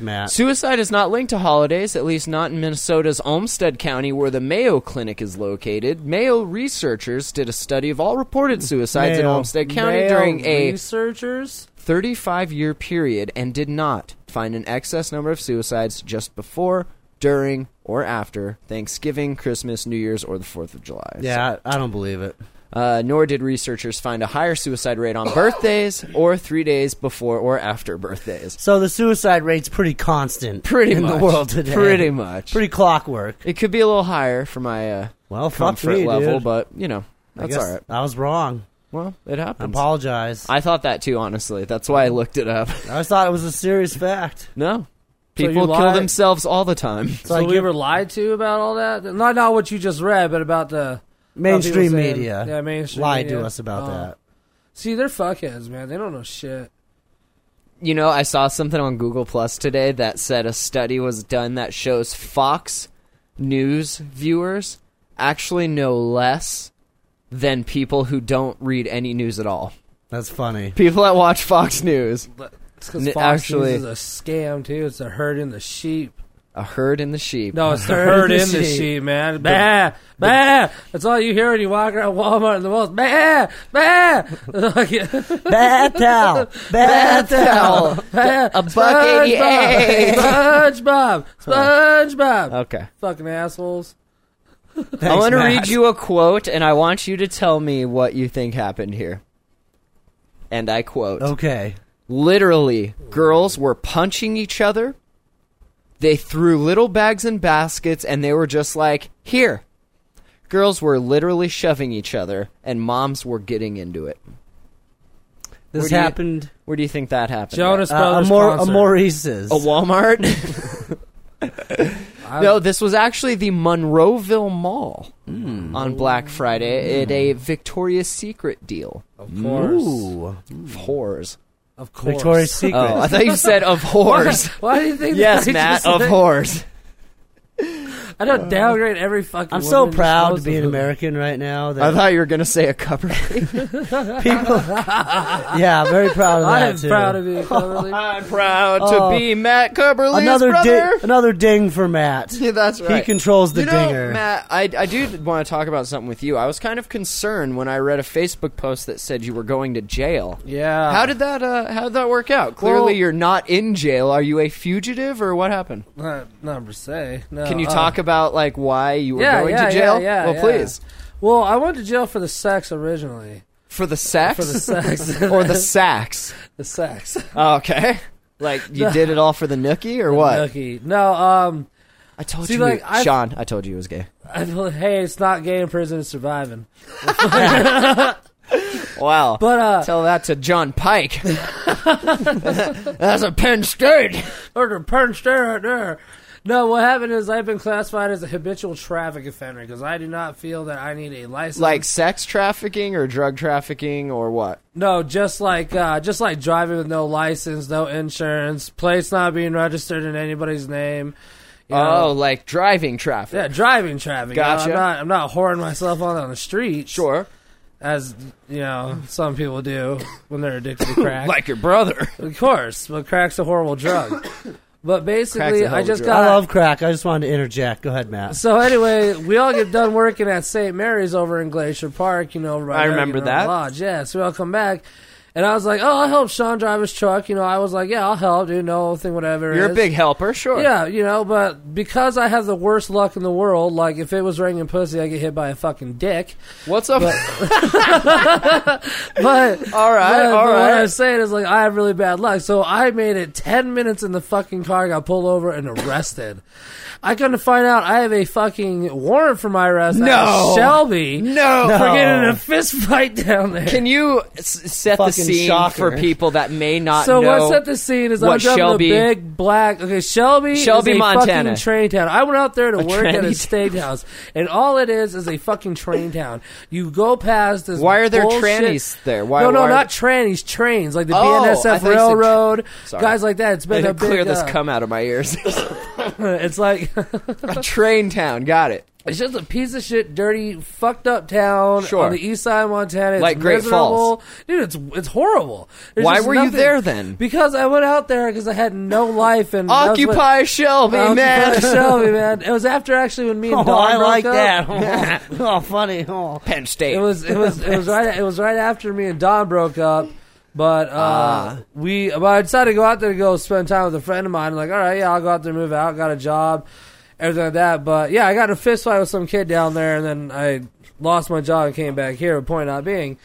S1: [laughs]
S2: Matt.
S1: Suicide is not linked to holidays, at least not in Minnesota's Olmsted County, where the Mayo Clinic is located. Mayo researchers did a study of all reported suicides in
S2: Mayo.
S1: Olmsted County
S3: Male
S1: during a
S3: researchers.
S1: 35 year period and did not find an excess number of suicides just before, during, or after Thanksgiving, Christmas, New Year's, or the 4th of July.
S2: Yeah, I I don't believe it.
S1: Uh, nor did researchers find a higher suicide rate on birthdays
S2: [coughs]
S1: or three days before or after birthdays.
S2: So the suicide rate's pretty constant,
S1: Pretty
S2: in
S1: much.
S2: the world today.
S1: Pretty much.
S2: pretty clockwork.
S1: It could be a little higher for my uh,
S2: Well, fuck
S1: comfort
S2: me,
S1: level,
S2: dude.
S1: but, you know, that's
S2: I
S1: all right.
S2: I was wrong.
S1: Well, it
S2: I
S1: happens.
S2: apologize. I
S1: I thought that too, honestly. That's why I looked it
S2: [laughs]
S1: up.
S2: always thought it was a serious fact.
S1: no.
S3: you
S1: People kill
S3: lied?
S1: themselves all the time.
S2: It's
S3: So
S2: like
S3: we
S2: give
S3: were lied to about all that. Not not what you just read, but about the
S2: mainstream
S3: people saying-
S2: media
S3: yeah, mainstream
S2: lied to
S3: media.
S2: us about
S3: Oh.
S2: that.
S3: see they're fuckheads, man. They don't know shit.
S1: You know, I saw something on Google Plus today that said a study was done that shows Fox News viewers actually know less than people who don't read any news at all.
S2: That's funny.
S1: People that watch Fox News,
S3: It's 'cause
S1: N-
S3: Fox
S1: actually-
S3: News is a scam too. It's the herd and the sheep.
S1: a herd and the sheep. [laughs]
S3: No, it's the herd
S2: and
S3: and
S2: the
S3: the
S2: sheep.
S3: sheep, man. Bah, bah. That's all you hear when you walk around Walmart in the malls. Bah,
S1: [laughs]
S3: bah.
S2: [laughs] Bad towel. Bad towel.
S1: Hell, [laughs] a buck eighty-eight.
S3: SpongeBob.
S1: [laughs]
S3: SpongeBob.
S1: Okay.
S3: Fucking assholes.
S1: I want to
S2: Matt.
S1: read you a quote, and I want you to tell me what you think happened here. And I quote
S2: Okay.
S1: Literally, girls were punching each other. They threw little bags and baskets, and they were just like, here. Girls were literally shoving each other, and moms were getting into it.
S2: This
S1: do you-
S2: happened
S1: Where do you think that happened?
S3: Jonas
S2: uh, a
S3: Brothers.
S2: more a
S3: concert.
S2: Maurice's.
S1: at? A
S3: [laughs]
S1: Walmart? no, this was actually the Monroeville Mall
S3: Hmm.
S1: on Black Friday at a Victoria's Secret deal.
S3: Of course.
S2: Ooh.
S3: Hmm.
S1: Of whores.
S3: Of course.
S2: Victoria's Secret.
S1: Oh, I thought you said
S3: [laughs]
S1: of whores.
S3: Why do you think
S1: yes,
S3: that I
S1: Matt,
S3: just
S1: of
S3: said-
S1: whores.
S3: I don't downgrade every fucking
S2: I'm so
S3: woman who's
S2: proud to
S3: supposed
S2: be an
S3: vote.
S2: American right now.
S1: I
S2: That
S1: thought you were going to say a cupper.
S2: people,
S1: [laughs]
S2: yeah, I'm very proud of that
S3: I am
S2: too.
S3: proud of you, Cumberly.
S1: I'm proud
S2: Oh.
S1: to be Matt Cumberly's
S2: another ding,
S3: [laughs]
S1: brother.
S2: another ding for Matt.
S1: Yeah, that's right.
S2: He controls the
S1: you know,
S2: dinger.
S1: Matt, I, I do want to talk about something with you. I was kind of concerned when I read a Facebook post that said you were going to jail.
S3: Yeah.
S1: How did that uh, How did that work out? Clearly,
S3: Well-
S1: you're not in jail. Are you a fugitive, or what happened?
S3: not, not per se. No,
S1: Can you
S3: uh,
S1: talk about like why you were
S3: yeah,
S1: going
S3: yeah,
S1: to jail?
S3: Yeah, yeah,
S1: well,
S3: yeah.
S1: please
S3: Well, I went to jail for the sex originally.
S1: for the sex,
S3: For the
S1: [laughs]
S3: sex.
S1: or the sacks.
S3: The sex.
S1: Okay. Like
S3: [laughs]
S1: you did it all for the nookie or what?
S3: Nookie. No, um, [laughs]
S1: I told
S3: See,
S1: you,
S3: like, I've-
S1: Sean. I told you he was gay.
S3: I feel, hey, it's not gay in prison, it's surviving.
S1: Wow.
S3: But, uh,
S1: tell that to John
S3: [laughs]
S1: Pike. That's a Penn State.
S3: Order punch there, right there. No, what happened is I've been classified as a habitual traffic offender because I do not feel that I need a license.
S1: Like sex trafficking or drug trafficking or what?
S3: No, just like uh, just like driving with no license, no insurance, plates not being registered in anybody's name. you
S1: Oh,
S3: know.
S1: like driving traffic.
S3: yeah, driving traffic. you know.
S1: Gotcha.
S3: I'm not I'm not whoring myself out on the street.
S1: Sure.
S3: as you know some people do when they're
S1: [laughs]
S3: addicted to crack.
S1: Like your brother.
S3: of course, but crack's a
S1: [coughs]
S3: horrible drug. But
S1: Crack's a
S3: basically,
S1: hell
S3: I
S1: of a
S3: just
S1: drug.
S3: got
S2: I love crack. I just wanted to interject. Go ahead, Matt.
S3: So anyway, we all get done working at St. Mary's over in Glacier Park, you know. Right
S1: I
S3: there,
S1: remember
S3: you know,
S1: that.
S3: Lodge, yeah. So we all come back, and I was like, "Oh, I'll help Sean drive his truck." You know, I was like, "Yeah, I'll help, dude. No thing, whatever." it
S1: You're a
S3: is."
S1: big helper, sure.
S3: yeah, you know. But because I have the worst luck in the world, like if it was raining pussy, I get hit by a fucking dick.
S1: What's up?
S3: [laughs] But
S1: all right,
S3: but,
S1: all
S3: but What I'm
S1: right.
S3: saying is like I have really bad luck. So I made it ten minutes in the fucking car, got pulled over and arrested. I come to find out I have a fucking warrant for my arrest. out of
S1: No.
S3: Shelby.
S1: [laughs]
S3: [laughs]
S1: No.
S3: for
S2: No.
S3: getting in a fist fight down there.
S1: Can you s- set the
S2: Fucking
S1: scene
S2: shocker.
S1: for people that may not
S3: so
S1: know?
S3: what's at the scene is I'm
S1: what
S3: driving
S1: Shelby-
S3: a big black. Okay, Shelby,
S1: Shelby,
S3: is a
S1: Montana.
S3: fucking train town. I went out there to work at
S1: tranny
S3: a state house, and all it is is a fucking train town. You go past this.
S1: Why are there
S3: bullshit-
S1: trannies there? Why-
S3: no, no,
S1: why are-
S3: not trannies. Trains like the
S1: Oh, I
S3: BNSF
S1: thought you said tra-
S3: Railroad,
S1: Sorry.
S3: guys like that. It's
S1: I
S3: been a
S1: didn't
S3: big,
S1: clear this
S3: uh,
S1: cum out of my ears.
S3: [laughs]
S1: [laughs]
S3: It's like
S1: a train town. Got it.
S3: it's just a piece of shit, dirty, fucked up town
S1: Sure.
S3: on the east side of Montana. It's
S1: Like Great
S3: miserable. dude. It's it's horrible. There's
S1: Why
S3: just
S1: were you
S3: nothing-
S1: there then?
S3: Because I went out there because I had no life and that was what-
S1: Occupy Shelby,
S3: Occupy
S1: man.
S3: Shelby,
S1: [laughs]
S3: man. It was after actually when me and
S2: Oh,
S3: Dawn
S2: I
S3: broke
S2: like
S3: up. [laughs]
S2: that. Oh, funny. Oh.
S1: Penn State.
S3: It was it was it was right it was right after me and Don broke up. But uh,
S1: Ah.
S3: we but I decided to go out there to go spend time with a friend of mine. like, all right, yeah, I'll go out there, move out, got a job, everything like that. But yeah, I got in a fist fight with some kid down there, and then I lost my job and came back here. Point not being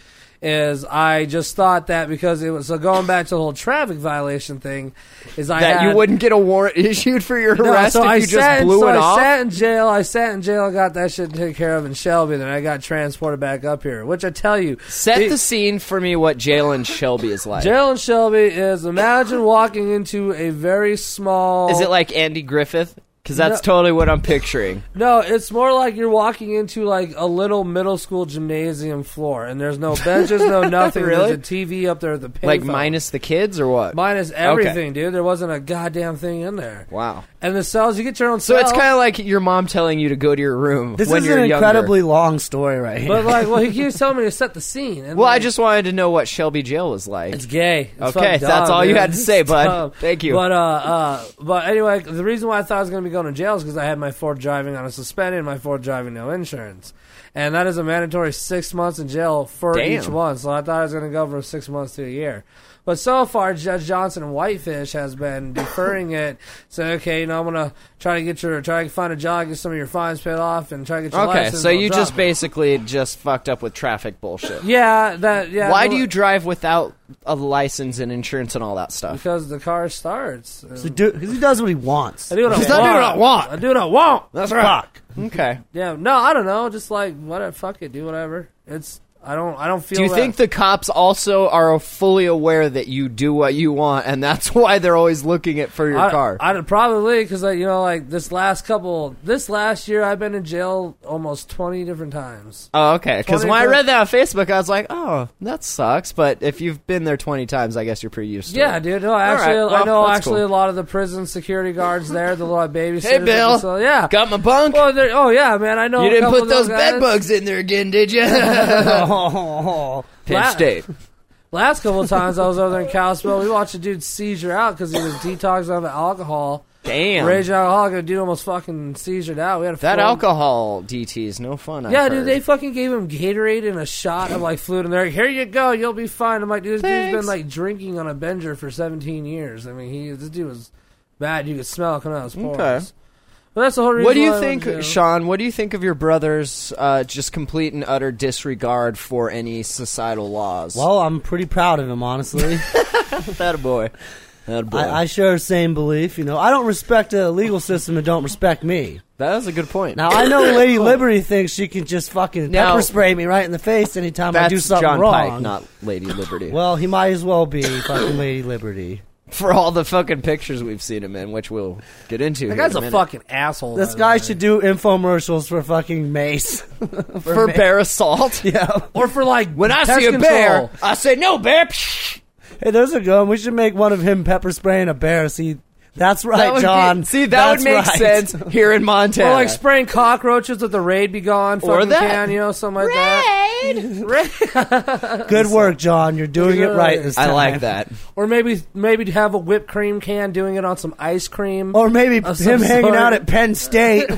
S3: Is I just thought that because it was so going back to the whole traffic violation thing, is I
S1: that you
S3: had-
S1: wouldn't get a warrant [laughs] issued for your
S3: Uh, No,
S1: arrest
S3: so
S1: if
S3: I
S1: you
S3: sat,
S1: just blew
S3: so
S1: it
S3: I
S1: off.
S3: sat in jail. I sat in jail. Got that shit taken care of in Shelby. Then I got transported back up here. Which I tell you,
S1: Set
S3: it-
S1: the scene for me what Jalen Shelby is like.
S3: jail in Shelby is imagine walking into a very small.
S1: Is it like Andy Griffith? Because that's
S3: No.
S1: totally what I'm
S3: [laughs]
S1: picturing.
S3: No, it's more like you're walking into like a little middle school gymnasium floor, and there's no
S1: [laughs]
S3: benches, no nothing.
S1: Really?
S3: There's a TV up there with the payphone.
S1: like minus the kids or what?
S3: minus everything, dude. There wasn't a goddamn thing in there.
S1: wow.
S3: And the cells, you get your own.
S1: So it's
S3: cell.
S1: kind of like your mom telling you to go to your room
S2: This
S1: when
S2: is
S1: you're
S2: an
S1: younger.
S2: incredibly long story right here.
S3: But like, well, he keeps telling me to set the scene. And
S1: Well, I
S3: like-
S1: just wanted to know what Shelby Jail was like.
S3: It's gay. It's
S1: Okay,
S3: fucking
S1: that's
S3: dumb,
S1: all you
S3: dude.
S1: had to say,
S3: It's
S1: bud.
S3: dumb.
S1: Thank you.
S3: But uh, uh, but anyway, the reason why I thought I was going to be going to jail is because I had my Ford driving on a suspended, and my Ford driving no insurance, and that is a mandatory six months in jail for
S1: Damn.
S3: each one. So I thought I was going to go from six months to a year. But so far, Judge Johnson in Whitefish has been [laughs] deferring it. So okay, you know I'm gonna try to get your try to find a job, get some of your fines paid off, and try to get your
S1: okay,
S3: license
S1: so
S3: on
S1: you
S3: drop.
S1: just basically just fucked up with traffic bullshit.
S3: yeah that yeah.
S1: Why
S3: the-
S1: do you drive without a license and insurance and all that stuff?
S3: Because the car starts.
S2: So do- 'cause he does what he wants. [laughs]
S3: I do what I
S2: He's
S3: want.
S2: not doing what I want.
S3: I do what I want.
S2: That's right.
S1: Okay.
S3: Yeah, no, I don't know. Just like whatever, fuck it, do whatever. It's I don't I don't feel.
S1: Do you
S3: that-
S1: think the cops also are fully aware that you do what you want, and that's [laughs] why they're always looking at for your
S3: I,
S1: car?
S3: I, probably because like you know like this last couple this last year I've been in jail almost twenty different times.
S1: oh, okay. Because when I
S3: 24
S1: read that on Facebook, I was like, "Oh, that sucks." But if you've been there twenty times, I guess you're pretty used to it.
S3: Yeah, dude. No,
S1: right,
S3: actually, I
S1: well,
S3: know
S1: that's
S3: actually
S1: cool.
S3: a lot of the prison security guards there, the lot of babysitters.
S1: Hey, Bill.
S3: So yeah.
S1: Got my bunk.
S3: Well, they're- oh yeah, man. I know
S1: you
S3: a
S1: didn't
S3: couple
S1: put
S3: of
S1: those
S3: guys.
S1: bed bugs in there again, did you? [laughs]
S3: [laughs]
S2: Oh.
S1: Penn
S3: Wow.
S1: State.
S3: Last couple of times I was over there in Kalispell, we watched a dude seizure out because he was detoxing off of alcohol.
S1: Damn.
S3: Raging alcoholic, a dude almost fucking seizured out. We had a
S1: that
S3: full-
S1: alcohol DT is no fun. I've
S3: Yeah, dude,
S1: heard.
S3: they fucking gave him Gatorade and a shot of like fluid, and they're like, "Here you go, you'll be fine." I'm like, dude, this dude's
S1: Thanks.
S3: been like drinking on a bender for 17 years. I mean, he this dude was bad. You could smell it coming out of his pores.
S1: Okay.
S3: But that's the whole reason.
S1: What do
S3: why
S1: you
S3: I went to
S1: think,
S3: jail.
S1: Sean? What do you think of your brother's uh, just complete and utter disregard for any societal laws?
S2: Well, I'm pretty proud of
S1: [laughs]
S2: him, honestly.
S1: that a boy. That boy.
S2: I, I share the same belief. You know, I don't respect a legal system that don't respect me.
S1: that is a good point.
S2: Now I
S1: [laughs]
S2: know Lady Liberty thinks she can just fucking
S1: Now-
S2: pepper spray me right in the face anytime I
S1: that's
S2: do something
S1: John
S2: wrong.
S1: Pike, not Lady Liberty.
S2: well, he might as well be fucking Lady Liberty.
S1: [laughs] for all the fucking pictures we've seen him in, which we'll get into.
S3: That
S1: here
S3: guy's
S1: in
S3: a,
S1: a, minute.
S3: fucking asshole.
S2: This
S3: by the
S2: guy
S3: way.
S2: should do infomercials for fucking Mace. [laughs]
S1: for bear assault.
S2: yeah.
S3: or for like
S1: When I
S3: pest
S1: see a
S3: control.
S1: bear, I say no bear. Psh!
S2: Hey, there's a gun. We should make one of him pepper spraying a bear. See, that's
S1: That
S2: right,
S1: would be-
S2: John.
S1: see, that
S2: That's
S1: would make
S2: right.
S1: sense here in Montana.
S3: Or like spraying cockroaches with the raid be gone, fucking
S1: Or that.
S3: can, you know, something like that.
S2: [laughs] Good work, John. You're doing it right this time.
S1: I like that.
S3: Or maybe maybe to have a whipped cream can doing it on some ice cream.
S2: Or maybe him
S3: Of some
S2: hanging
S3: sort.
S2: out at
S1: [laughs]
S2: Penn State.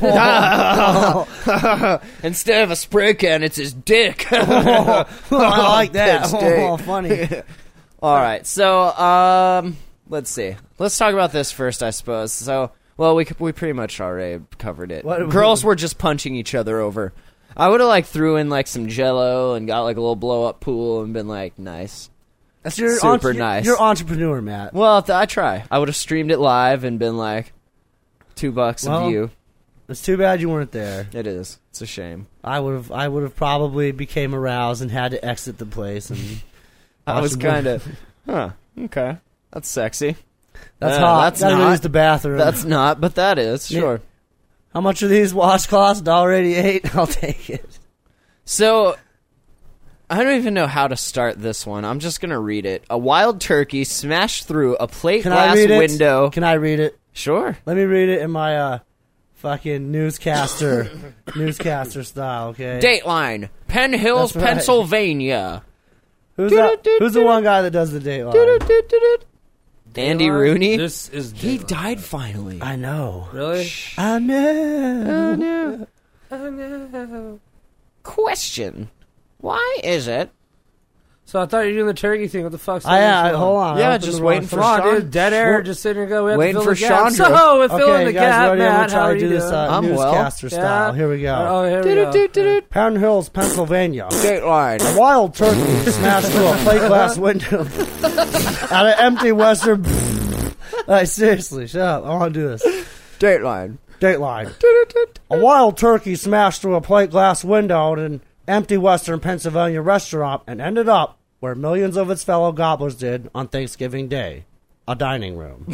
S1: Instead of a spray can, it's his dick. [laughs]
S2: [laughs] I like that. [laughs]
S1: Penn State.
S2: Oh, funny.
S1: [laughs] All right, so um, let's see. Let's talk about this first, I suppose. So, well, we c- we pretty much already covered it.
S2: What-
S1: Girls were just punching each other over. I would have like threw in like some Jello and got like a little blow up pool and been like, nice.
S2: That's your
S1: Super
S2: entre-
S1: nice.
S2: You're entrepreneur, Matt.
S1: Well, if I try. I would have streamed it live and been like, two bucks a
S2: Well-
S1: view.
S2: It's too bad you weren't there.
S1: It is. It's a shame.
S2: I would have. I would have probably became aroused and had to exit the place. And
S1: I was
S2: Possibly. [laughs]
S1: kind of, huh? Okay, that's sexy.
S2: that's
S1: Uh,
S2: hot.
S1: that's
S2: Gotta
S1: not-
S2: use the bathroom. [laughs]
S1: That's not, but that is
S2: Yeah.
S1: sure.
S2: How much are these washcloths? [laughs] Dollar eighty-eight. I'll take it.
S1: So I don't even know how to start this one. I'm just gonna read it. A wild turkey smashed through a plate
S2: Can
S1: glass
S2: I read it?
S1: window.
S2: Can I read it?
S1: sure.
S2: Let me read it in my uh, fucking
S3: [laughs]
S2: newscaster, newscaster style. Okay.
S1: Dateline, Penn Hills,
S2: That's right.
S1: Pennsylvania.
S2: Who's that? Who's the one guy that does the date line?
S1: Andy Rooney.
S3: This is
S1: he died finally.
S2: I know.
S3: really.
S2: I know.
S1: Question: Why is it
S3: So I thought you were doing the turkey thing. What the fuck's
S2: I,
S3: that?
S2: Oh, I, hold on. I
S1: Yeah,
S2: opened
S1: just
S2: the wrong
S1: waiting for
S2: thing.
S3: Come on,
S1: Sean-
S3: dude. Dead air.
S1: We're-
S3: just sitting here. We have
S1: waiting
S3: to fill
S1: for
S3: the gap.
S1: Chandra.
S3: So we're filling
S2: Okay,
S3: the
S2: guys,
S3: gap,
S2: ready? I'm
S3: Matt.
S2: gonna
S3: How
S2: try
S3: are
S2: to
S3: you
S2: do this
S3: doing?
S2: uh,
S1: I'm well.
S2: newscaster style.
S3: Yeah.
S2: Here we go.
S3: Oh, here we go.
S1: Do-do-do-do-do.
S2: Pound Hills, Pennsylvania.
S1: Dateline.
S2: Wild turkey smashed through a plate glass
S3: [laughs]
S2: window out of empty Western. [laughs] like seriously, shut up! I want to do this.
S1: Dateline. [laughs]
S2: Dateline.
S1: Do-do-do-do.
S2: A wild turkey smashed through a plate glass window at an empty Western Pennsylvania restaurant and ended up where millions of its fellow gobblers did on Thanksgiving Day a
S1: [laughs]
S2: dining room.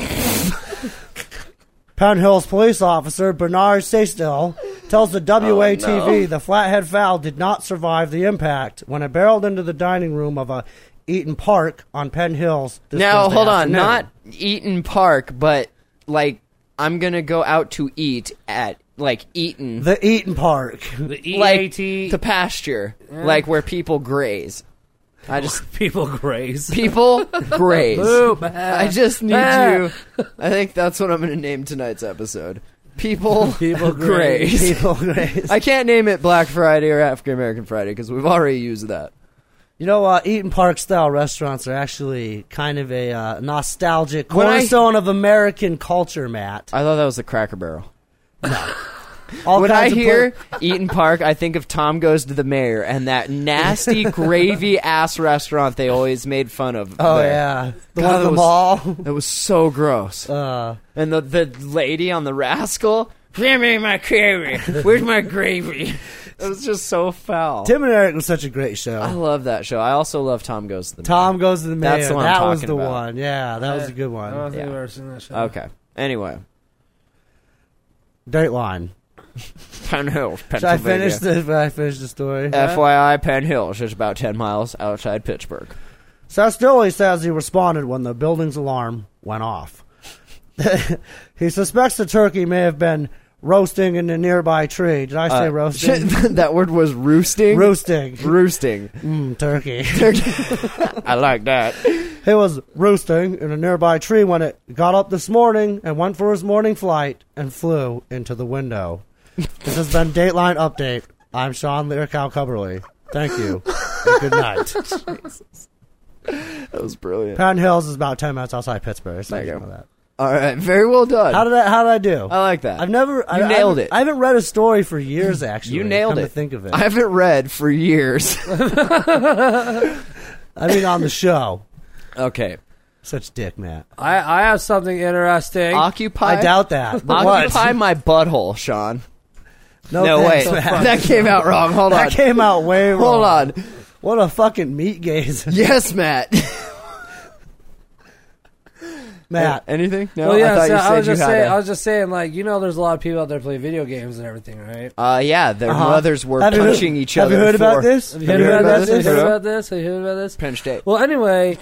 S2: Penn Hills police officer Bernard Sastill tells
S1: Oh,
S2: the WATV the flathead fowl did not survive the impact when it barreled into the dining room of a Eaton Park on Penn Hills. This
S1: Now
S2: Wednesday
S1: hold on,
S2: afternoon.
S1: not Eaton Park, but like I'm gonna go out to eat at like Eaton,
S2: the Eaton Park.
S3: The
S1: E
S3: E
S1: like
S3: EAT
S1: the pasture, like where people graze. I just
S3: people
S1: [laughs]
S3: graze.
S1: people graze.
S3: Boo,
S1: I
S3: bah.
S1: just need
S3: Ah.
S1: you. I think that's what I'm gonna name tonight's episode. [laughs] People,
S3: People
S1: graze. [laughs]
S2: People graze.
S1: I can't name it Black Friday or African American Friday because we've already used that.
S2: You know, uh, Eaton Park style restaurants are actually kind of a uh, nostalgic
S1: When I-
S2: cornerstone of American culture, Matt.
S1: I thought that was the Cracker Barrel.
S2: All
S1: When I
S2: kinds of
S1: hear
S2: pla-
S1: [laughs] Eaton Park, I think of Tom Goes to the Mayor and that [laughs] nasty gravy ass restaurant they always made fun of.
S2: oh
S1: there.
S2: yeah, the
S1: God,
S2: one at the
S1: those-
S2: mall.
S1: that was so gross.
S2: Uh,
S1: and the the lady on the rascal, give me my gravy. Where's my gravy? It was just so foul.
S2: Tim and Eric was such a great show.
S1: I love that show. I also love Tom Goes to the
S2: Tom goes to the mayor.
S1: Oh. That's the one I'm
S2: that was
S1: talking
S2: the
S1: about. Uh,
S2: one. Yeah, that was a good
S3: I don't
S2: one.
S3: think
S1: Yeah.
S3: I've ever seen that shit.
S1: Mayor. Okay. Anyway,
S2: Dateline.
S1: Penn Hills,
S2: Should I
S1: Pennsylvania.
S2: finish the? Should I finish the story?
S1: FYI, Penn Hills is about 10 miles outside Pittsburgh.
S2: Sastilli says he responded when the building's alarm went off. [laughs] he suspects the turkey may have been roasting in a nearby tree. Did I say
S1: Uh,
S2: roasting? [laughs]
S1: [laughs] that word was roosting.
S2: roasting.
S1: roosting. [laughs]
S2: Mm, turkey.
S1: I like that.
S2: he was roosting in a nearby tree when it got up this morning and went for his morning flight and flew into the window. this has been Dateline Update. I'm Sean Lyrical Cumberly. Thank you. and
S1: [laughs]
S2: good night.
S1: That was brilliant.
S2: Pound Hills is about 10 minutes outside Pittsburgh. So
S1: There you
S2: you
S1: go.
S2: know that.
S1: All right, very well done.
S2: How did I, how did I do?
S1: I like that.
S2: I've never. I,
S1: You
S2: I
S1: nailed
S2: haven't-
S1: it.
S2: I haven't read a story for years, actually.
S1: you nailed
S2: come
S1: it.
S2: To think of
S1: [laughs]
S2: it.
S1: I haven't read for years. [laughs]
S2: I mean, on the show.
S1: okay,
S2: Such dick, Matt.
S3: I, I have something interesting.
S1: occupy.
S2: I doubt that. But what?
S1: Occupy my butthole, Sean.
S2: No,
S3: Oh,
S1: no,
S2: thanks,
S1: wait,
S2: Matt.
S1: that came out wrong. Hold on,
S2: That came out way wrong.
S1: hold on.
S2: What a fucking meat gazer,
S1: Yes, Matt.
S2: Matt.
S1: [laughs] Anything? No,
S3: Well,
S1: I
S3: yeah,
S1: thought
S3: so
S1: you
S3: I,
S1: said
S3: was
S1: you
S3: just
S1: had
S3: saying,
S1: a-
S3: I was just saying, like, you know, there's a lot of people out there play video games and everything, right?
S1: uh, yeah, their
S2: Uh-huh.
S1: mothers were
S2: Have you heard-
S1: punching each
S2: have
S1: other.
S2: you heard about
S1: for-
S2: this? Have you
S3: Have you heard about this? Have you
S1: Hello?
S3: heard about this? Have you heard about this?
S1: Penn State.
S3: Well, anyway,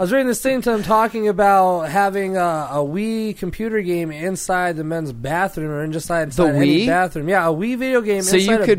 S3: I was reading this thing to them talking about having a, a Wii computer game inside the men's bathroom or just inside,
S1: The
S3: inside any
S1: Wii?
S3: bathroom. Yeah, a Wii video game
S1: So you
S3: inside a
S1: could-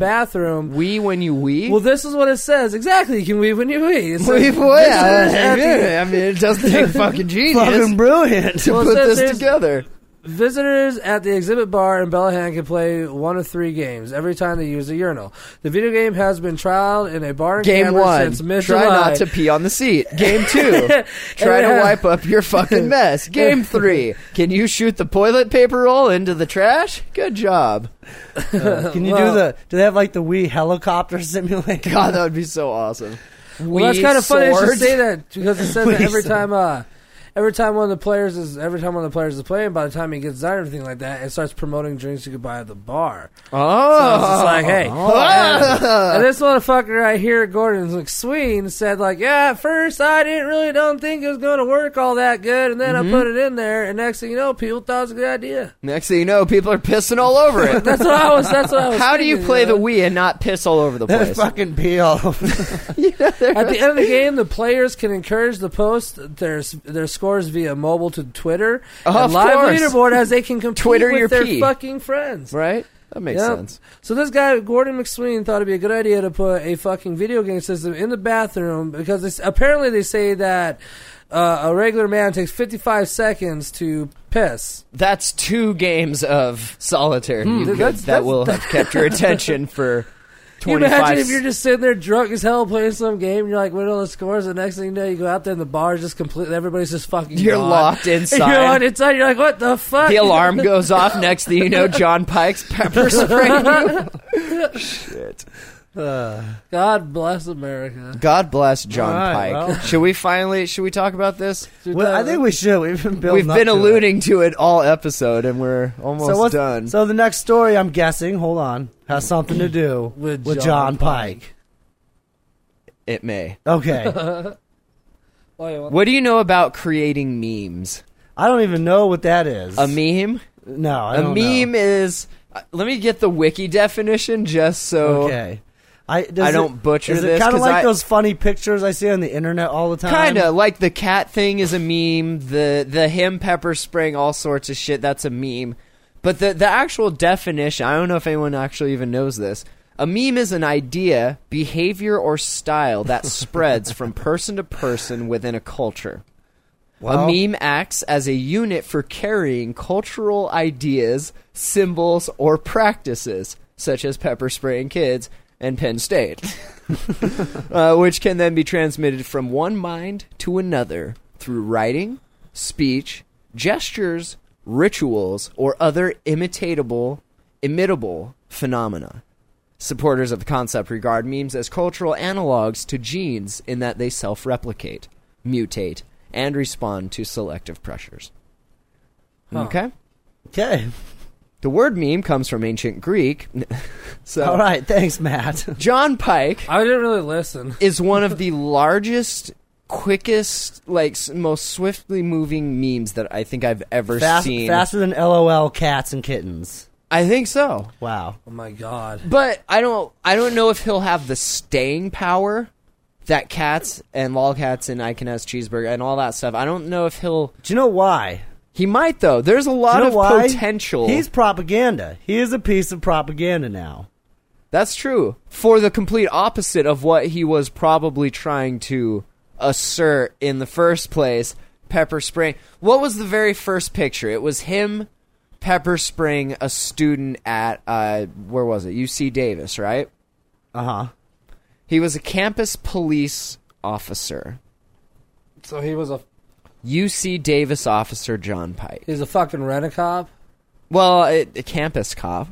S1: [laughs]
S3: bathroom.
S1: We when you [laughs] we.
S3: Well, this is what it says. Exactly. You can weave when you weave. It says-
S1: We- well,
S3: this
S1: Uh, yeah,
S3: is
S1: I
S3: at the-
S1: mean, I mean, it does
S2: [laughs]
S1: take fucking genius
S2: Fucking brilliant.
S1: [laughs] to
S3: Well, it
S1: put
S3: says
S1: this
S3: there's-
S1: together.
S3: Visitors at the exhibit bar in Bellahan can play one of three games every time they use a urinal. The video game has been trialed in a bar and
S1: Game
S3: camera
S1: one,
S3: since mid
S1: try
S3: July.
S1: not to pee on the seat. Game two, try to
S3: [laughs] Yeah.
S1: wipe up your fucking
S3: [laughs]
S1: mess. Game three, can you shoot the toilet paper roll into the trash? Good job.
S2: Can you
S3: Well-
S2: do the? Do they have like the Wii helicopter [laughs] simulator?
S1: God, that would be so awesome.
S3: Well, that's
S1: Wii
S3: kind of funny that you
S1: swords.
S3: say that because it
S1: [laughs]
S3: says that
S2: Wii
S3: every
S2: sword.
S3: time, uh, every time one of the players is every time one of the players is playing. By the time he gets done, and everything like that, it starts promoting drinks you could buy at the bar.
S1: Oh,
S3: So it's just like, hey.
S1: Ah. [laughs]
S3: Oh, And this motherfucker right here, Gordon McSween, said like, yeah, at first I didn't really don't think it was going to work all that good, and
S1: Mm-hmm.
S3: then I put it in there, and next thing you know, people thought it was a good idea.
S1: Next thing you know, people are pissing all over it.
S3: [laughs] That's what I was. That's what I was.
S1: How do you
S3: thinking,
S1: play the
S3: know?
S1: Wii and not piss all over the
S2: That
S1: place?
S2: fucking peel.
S3: At the end of the game, the players can encourage the post their their scores via mobile to Twitter
S1: Of
S3: and live
S1: course.
S3: leaderboard as they can compete
S1: Twitter
S3: with
S1: your
S3: their
S1: pee.
S3: fucking friends.
S1: Right? That makes
S3: Yep.
S1: sense.
S3: So this guy Gordon McSween thought it'd be a good idea to put a fucking video game system in the bathroom because it's, apparently they say that uh, a regular man takes 55 seconds to piss.
S1: That's two games of solitaire you could,
S3: Hmm. that's- [laughs]
S1: that will have kept your attention for
S3: you
S1: 25
S3: imagine if you're just sitting there drunk as hell playing some game and you're like winning all the scores? The next thing you know, you go out there and the bar is just completely, everybody's just fucking
S1: You're
S3: gone.
S1: locked inside.
S3: [laughs] You're locked inside. You're like, what the fuck?
S1: the
S3: [laughs]
S1: alarm goes off next thing you know john pike's pepper spraying
S3: [laughs]
S1: you
S3: [sighs] God bless America.
S1: god bless john
S2: All right,
S1: pike
S2: well.
S1: should we finally should we talk about this
S2: Well, I think we should. We've been building.
S1: we've
S2: up
S1: been
S2: to it.
S1: alluding to it all episode and we're almost
S2: So what's
S1: done
S2: So the next story, I'm guessing. Hold on, has something to do
S3: With
S2: with,
S3: John
S2: John, Pike.
S1: it may [laughs]
S2: Okay,
S3: Oh, yeah, well,
S1: what do you know about creating memes
S2: I don't even know what that is.
S1: a meme
S2: No, I
S1: a
S2: don't know.
S1: meme is uh, let me get the wiki definition just so
S2: Okay. I, does
S1: I don't butcher
S2: is
S1: this
S2: It kind
S1: 'cause
S2: of like
S1: I-
S2: those funny pictures I see on the internet all the time.
S1: Kind of like the cat thing is a meme. The the him pepper spraying all sorts of shit that's a meme. But the the actual definition, I don't know if anyone actually even knows this. A meme is an idea, behavior, or style that [laughs] spreads from person to person within a culture.
S2: Well-
S1: a meme acts as a unit for carrying cultural ideas, symbols, or practices, such as pepper spraying kids and Penn State uh, which can then be transmitted from one mind to another through writing, speech, gestures, rituals, or other imitatable, imitable phenomena. Supporters of the concept regard memes as cultural analogs to genes in that they self replicate, mutate, and respond to selective pressures. Okay?
S2: Okay. [laughs]
S1: The word meme comes from ancient Greek. [laughs] so,
S2: All right. Thanks,
S1: [laughs]
S2: Matt.
S1: John Pike
S3: I didn't really listen.
S1: is one of the [laughs] largest, quickest, like s- most swiftly moving memes that I think I've ever
S2: Fast,
S1: seen.
S2: faster than LOL cats and kittens.
S1: I think so,
S2: Wow.
S3: Oh my God.
S1: but I don't. I don't know if he'll have the staying power that cats and lolcats and I can has cheeseburger and all that stuff. I don't know if he'll.
S2: Do you know why?
S1: He might though. There's a
S2: Do
S1: lot
S2: you know
S1: of
S2: why?
S1: potential.
S2: He's propaganda. He is a piece of propaganda now.
S1: That's true. For the complete opposite of what he was probably trying to assert in the first place, pepper spraying. What was the very first picture? It was him pepper spraying a student at uh, where was it? UC Davis, right?
S2: Uh huh.
S1: He was a campus police officer.
S3: So he was a
S1: UC Davis officer John Pike.
S3: he's a fucking rent a cop.
S1: Well, a, a campus cop.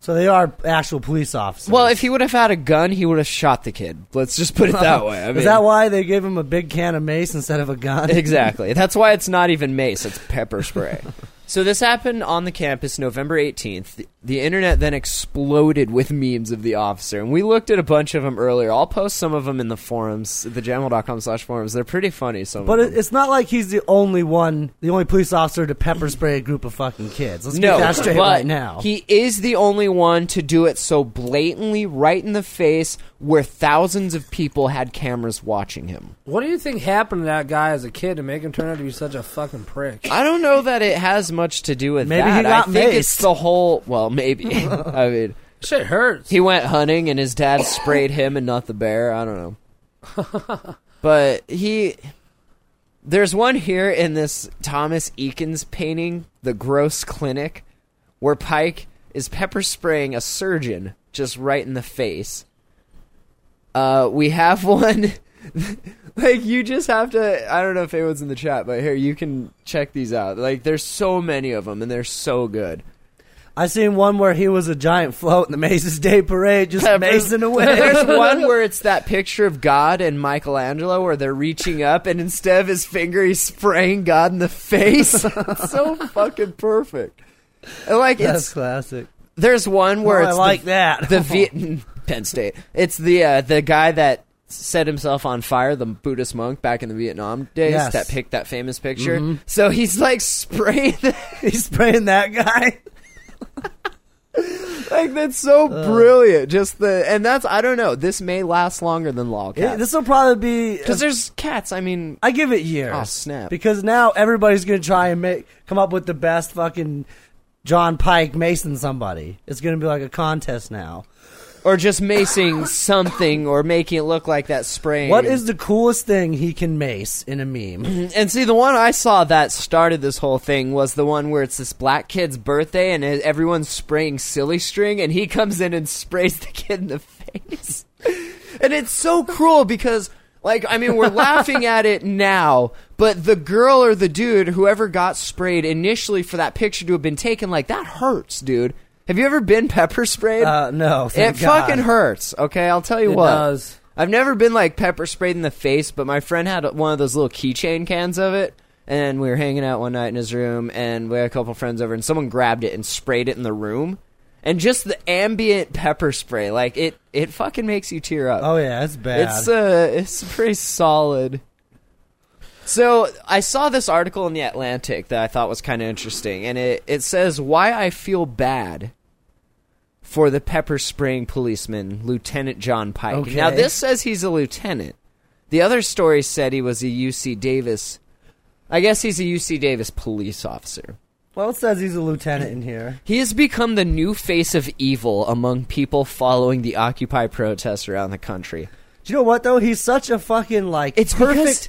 S2: So they are actual police officers.
S1: Well, if he would have had a gun, he would have shot the kid. Let's just put it
S2: [laughs]
S1: that way. I mean,
S2: is that why they gave him a big can of mace instead of a gun?
S1: Exactly. That's why it's not even mace, it's pepper spray. [laughs] so this happened on the campus November 18th. The, the internet then exploded with memes of the officer. And we looked at a bunch of them earlier. I'll post some of them in the forums, thejamal.com slash forums. They're pretty funny, some
S2: But
S1: of
S2: it,
S1: them.
S2: it's not like he's the only one, the only police officer to pepper spray a group of fucking kids. Let's
S1: no,
S2: get that straight
S1: but
S2: right now.
S1: he is the only one to do it so blatantly right in the face where thousands of people had cameras watching him.
S3: What do you think happened to that guy as a kid to make him turn out to be such a fucking prick?
S1: I don't know that it has much to do with
S2: Maybe
S1: that.
S2: he got
S1: I think it's
S2: maced.
S1: the whole. Well, maybe. [laughs] I mean,
S3: Shit hurts.
S1: He went hunting and his dad sprayed him and not the bear. I don't know. but he. There's one here in this Thomas Eakins painting, The Gross Clinic, where Pike is pepper spraying a surgeon just right in the face. Uh, we have [laughs] one. like, you just have to. I don't know if anyone's in the chat, but here, you can check these out. Like, there's so many of them and they're so good.
S2: I seen one where he was a giant float in the Macy's Day Parade, just
S1: [laughs]
S2: mazing away.
S1: There's one where it's that picture of God and Michelangelo where they're reaching up, and instead of his finger, he's spraying God in the
S2: [laughs]
S1: face. It's so fucking perfect. And like
S2: That's
S1: it's,
S2: classic.
S1: there's one where
S2: Oh, I
S1: it's
S2: like
S1: the,
S2: that. [laughs]
S1: the Viet- [laughs] Penn State. It's the uh, the guy that set himself on fire, the Buddhist monk back in the Vietnam days
S2: Yes. Mm-hmm.
S1: that picked that famous picture. So he's like spraying. [laughs]
S2: He's spraying that guy.
S1: Like that's so brilliant. Just the and that's I don't know. This may last longer than Lolcat.
S2: This will probably be.
S1: Because there's cats. I mean,
S2: I give it years.
S1: Oh, snap.
S2: Because now everybody's gonna try and make come up with the best fucking John Pike Mason somebody. It's gonna be like a contest now.
S1: or just
S2: [laughs]
S1: macing something or making it look like that sprain.
S2: What is the coolest thing he can mace in a meme?
S1: And see, the one I saw that started this whole thing was the one where it's this black kid's birthday and everyone's spraying silly string, and he comes in and sprays the kid in the face. [laughs] and it's so cruel because, like, I mean, we're laughing at it now, but the girl or the dude, whoever got sprayed initially for that picture to have been taken, like, that hurts, dude. Have you ever been pepper sprayed?
S2: Uh, no,
S1: It
S2: thank God.
S1: fucking hurts. Okay, I'll tell you
S3: It
S1: what.
S3: does.
S1: I've never been like pepper sprayed in the face, but my friend had one of those little keychain cans of it, and we were hanging out one night in his room, and we had a couple friends over, and someone grabbed it and sprayed it in the room, and just the ambient pepper spray, like it, it fucking makes you tear up.
S2: Oh yeah, it's bad.
S1: It's uh, it's pretty solid. So I saw this article in the Atlantic that I thought was kind of interesting, and it it says why I feel bad for the pepper spraying policeman, Lieutenant John Pike.
S2: Okay.
S1: Now this says he's a lieutenant. The other story said he was a UC Davis. I guess he's a UC Davis police officer.
S2: well, it says he's a lieutenant in here.
S1: He has become the new face of evil among people following the Occupy protests around the country.
S2: Do you know what though? He's such a fucking like
S1: It's
S2: perfect.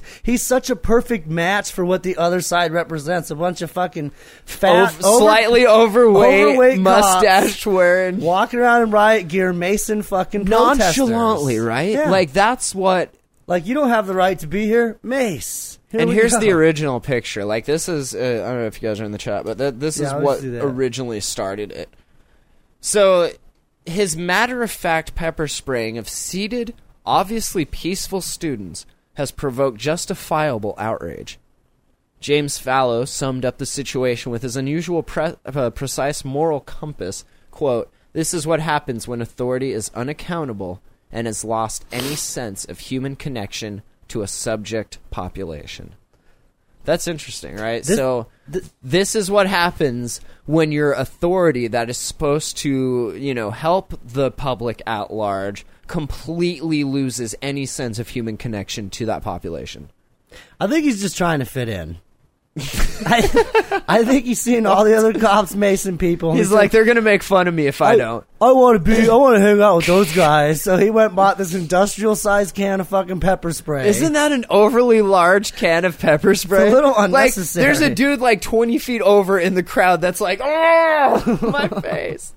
S1: because-
S2: He's such a perfect match for what the other side represents. A bunch of fucking fat,
S1: Ov- slightly overweight,
S2: overweight
S1: mustache
S2: over-
S1: wearing,
S2: walking around in riot gear, Mason fucking protesters.
S1: nonchalantly, right?
S2: Yeah.
S1: Like that's what.
S2: like you don't have the right to be here, Mace. Here
S1: and
S2: we
S1: here's
S2: go.
S1: the original picture. Like this is, uh, I don't know if you guys are in the chat, but th- this
S2: Yeah, I
S1: is
S2: always
S1: what
S2: do that.
S1: originally started it. So, his matter of fact pepper spraying of seated, obviously peaceful students has provoked justifiable outrage. James Fallow summed up the situation with his unusual pre- uh, precise moral compass. Quote, This is what happens when authority is unaccountable and has lost any sense of human connection to a subject population. That's interesting, right? so, this is what happens when your authority that is supposed to, you know, help the public at large completely loses any sense of human connection to that population.
S2: I think he's just trying to
S1: [laughs]
S2: fit in. I, I think he's seen all the other cops, Mason people. and
S1: He's like, they're going to make fun of me if I don't.
S2: I want to be. I want to hang out
S1: [laughs]
S2: with those guys. So he went and bought this industrial sized can of fucking pepper spray.
S1: Isn't that an overly large can of pepper spray?
S2: little
S1: Like, there's
S2: unnecessary.
S1: a dude like 20 feet over in the crowd that's like, oh, [laughs]
S2: [laughs]
S1: my face.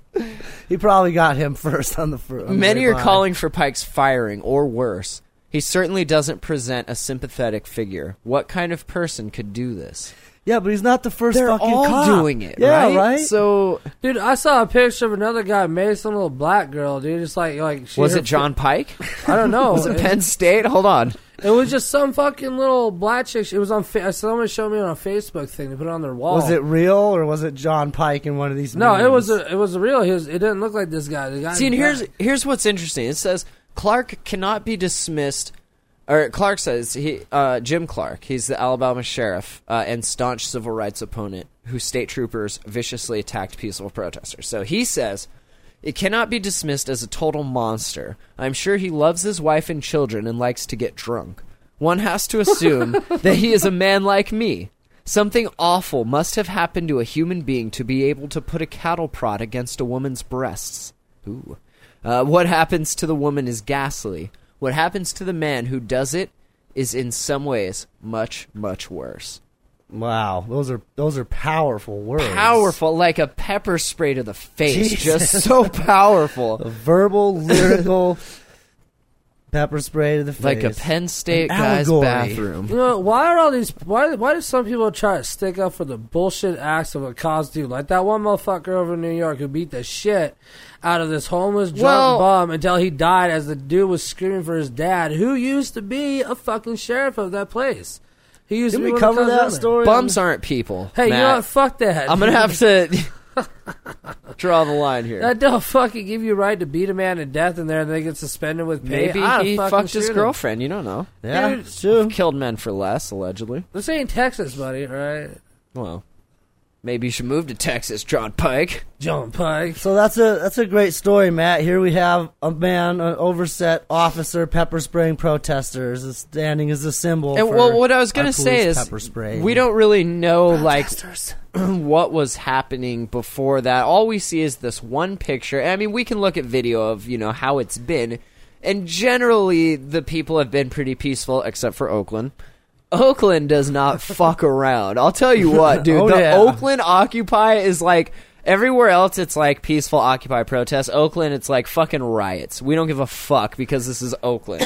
S2: he probably got him [laughs] first on the fruit?
S1: Many are calling for Pike's firing or worse. He certainly doesn't present a sympathetic figure. What kind of person could do this?
S2: Yeah, but he's not the first.
S1: They're
S2: fucking
S1: all
S2: cop.
S1: doing it,
S2: Yeah,
S1: right?
S2: right.
S1: So
S3: Dude, I saw a picture of another guy, Mason, little black girl, dude. Just like, like she
S1: was
S3: her-
S1: it John [laughs] Pike?
S3: I don't know.
S1: was it Penn State? Hold on.
S3: It was just some fucking little black chick. It was on. Fa- someone showed me on a Facebook thing. They put it on their wall.
S2: was it real or was it John Pike in one of these?
S3: No, it
S2: memes?
S3: was a, it was a real. He was, it didn't look like this guy. The guy.
S1: See, and
S3: in
S1: here's
S3: black.
S1: here's what's interesting. It says Clark cannot be dismissed. Or Clark says he uh, Jim Clark. He's the Alabama sheriff uh, and staunch civil rights opponent who state troopers viciously attacked peaceful protesters. So he says. It cannot be dismissed as a total monster. I'm sure he loves his wife and children and likes to get drunk. One has to assume that he is a man like me. Something awful must have happened to a human being to be able to put a cattle prod against a woman's breasts. Ooh. Uh, what happens to the woman is ghastly. What happens to the man who does it is in some ways much, much worse.
S2: wow. Those are those are powerful words.
S1: Powerful, like a pepper spray to the face.
S2: Jesus.
S1: Just so
S3: [laughs]
S1: powerful. [laughs]
S2: verbal, lyrical. Pepper spray to the face,
S1: Like a Penn State
S2: An
S1: guy's
S2: allegory.
S1: bathroom.
S3: You know, why are all these? Why why do some people try to stick up for the bullshit acts of a cause do? Like that one motherfucker over in New York who beat the shit out of this homeless drunk
S1: Well-
S3: bum until he died, as the dude was screaming for his dad, who used to be a fucking sheriff of that place. He used
S2: Did
S3: to
S2: we
S3: be one of
S2: cover
S3: the
S2: that
S3: cousins.
S2: story?
S1: Bums aren't people.
S3: Hey, you know
S1: Matt.
S3: what? Fuck that. [laughs]
S1: I'm gonna have to draw the line here.
S3: That don't fucking give you right to beat a man to death in there and they get suspended with pay.
S1: Maybe
S3: I'd
S1: he
S3: fucking
S1: fucked his
S3: shoot him.
S1: girlfriend. You don't know.
S2: Yeah,
S3: Dude.
S2: it's true.
S1: Killed men for less, allegedly.
S3: This ain't Texas, buddy, all right?
S1: Well, Maybe you should move to Texas, John Pike.
S3: John Pike.
S2: So that's a that's a great story, Matt. Here we have a man, an overset officer, pepper spraying protesters, is standing as a symbol.
S1: And
S2: for
S1: well, what I was
S2: our
S1: gonna
S2: police
S1: say is,
S2: pepper spray.
S1: we don't really know like [clears throat] what was happening before that. All we see is this one picture. I mean, we can look at video of you know how it's been, and generally the people have been pretty peaceful, except for Oakland. Oakland does
S2: [laughs]
S1: not fuck around. I'll tell you what, dude.
S2: Oh,
S1: the
S2: yeah.
S1: Oakland Occupy is like everywhere else. It's like peaceful Occupy protests. Oakland, it's like fucking riots. We don't give a fuck because this is Oakland.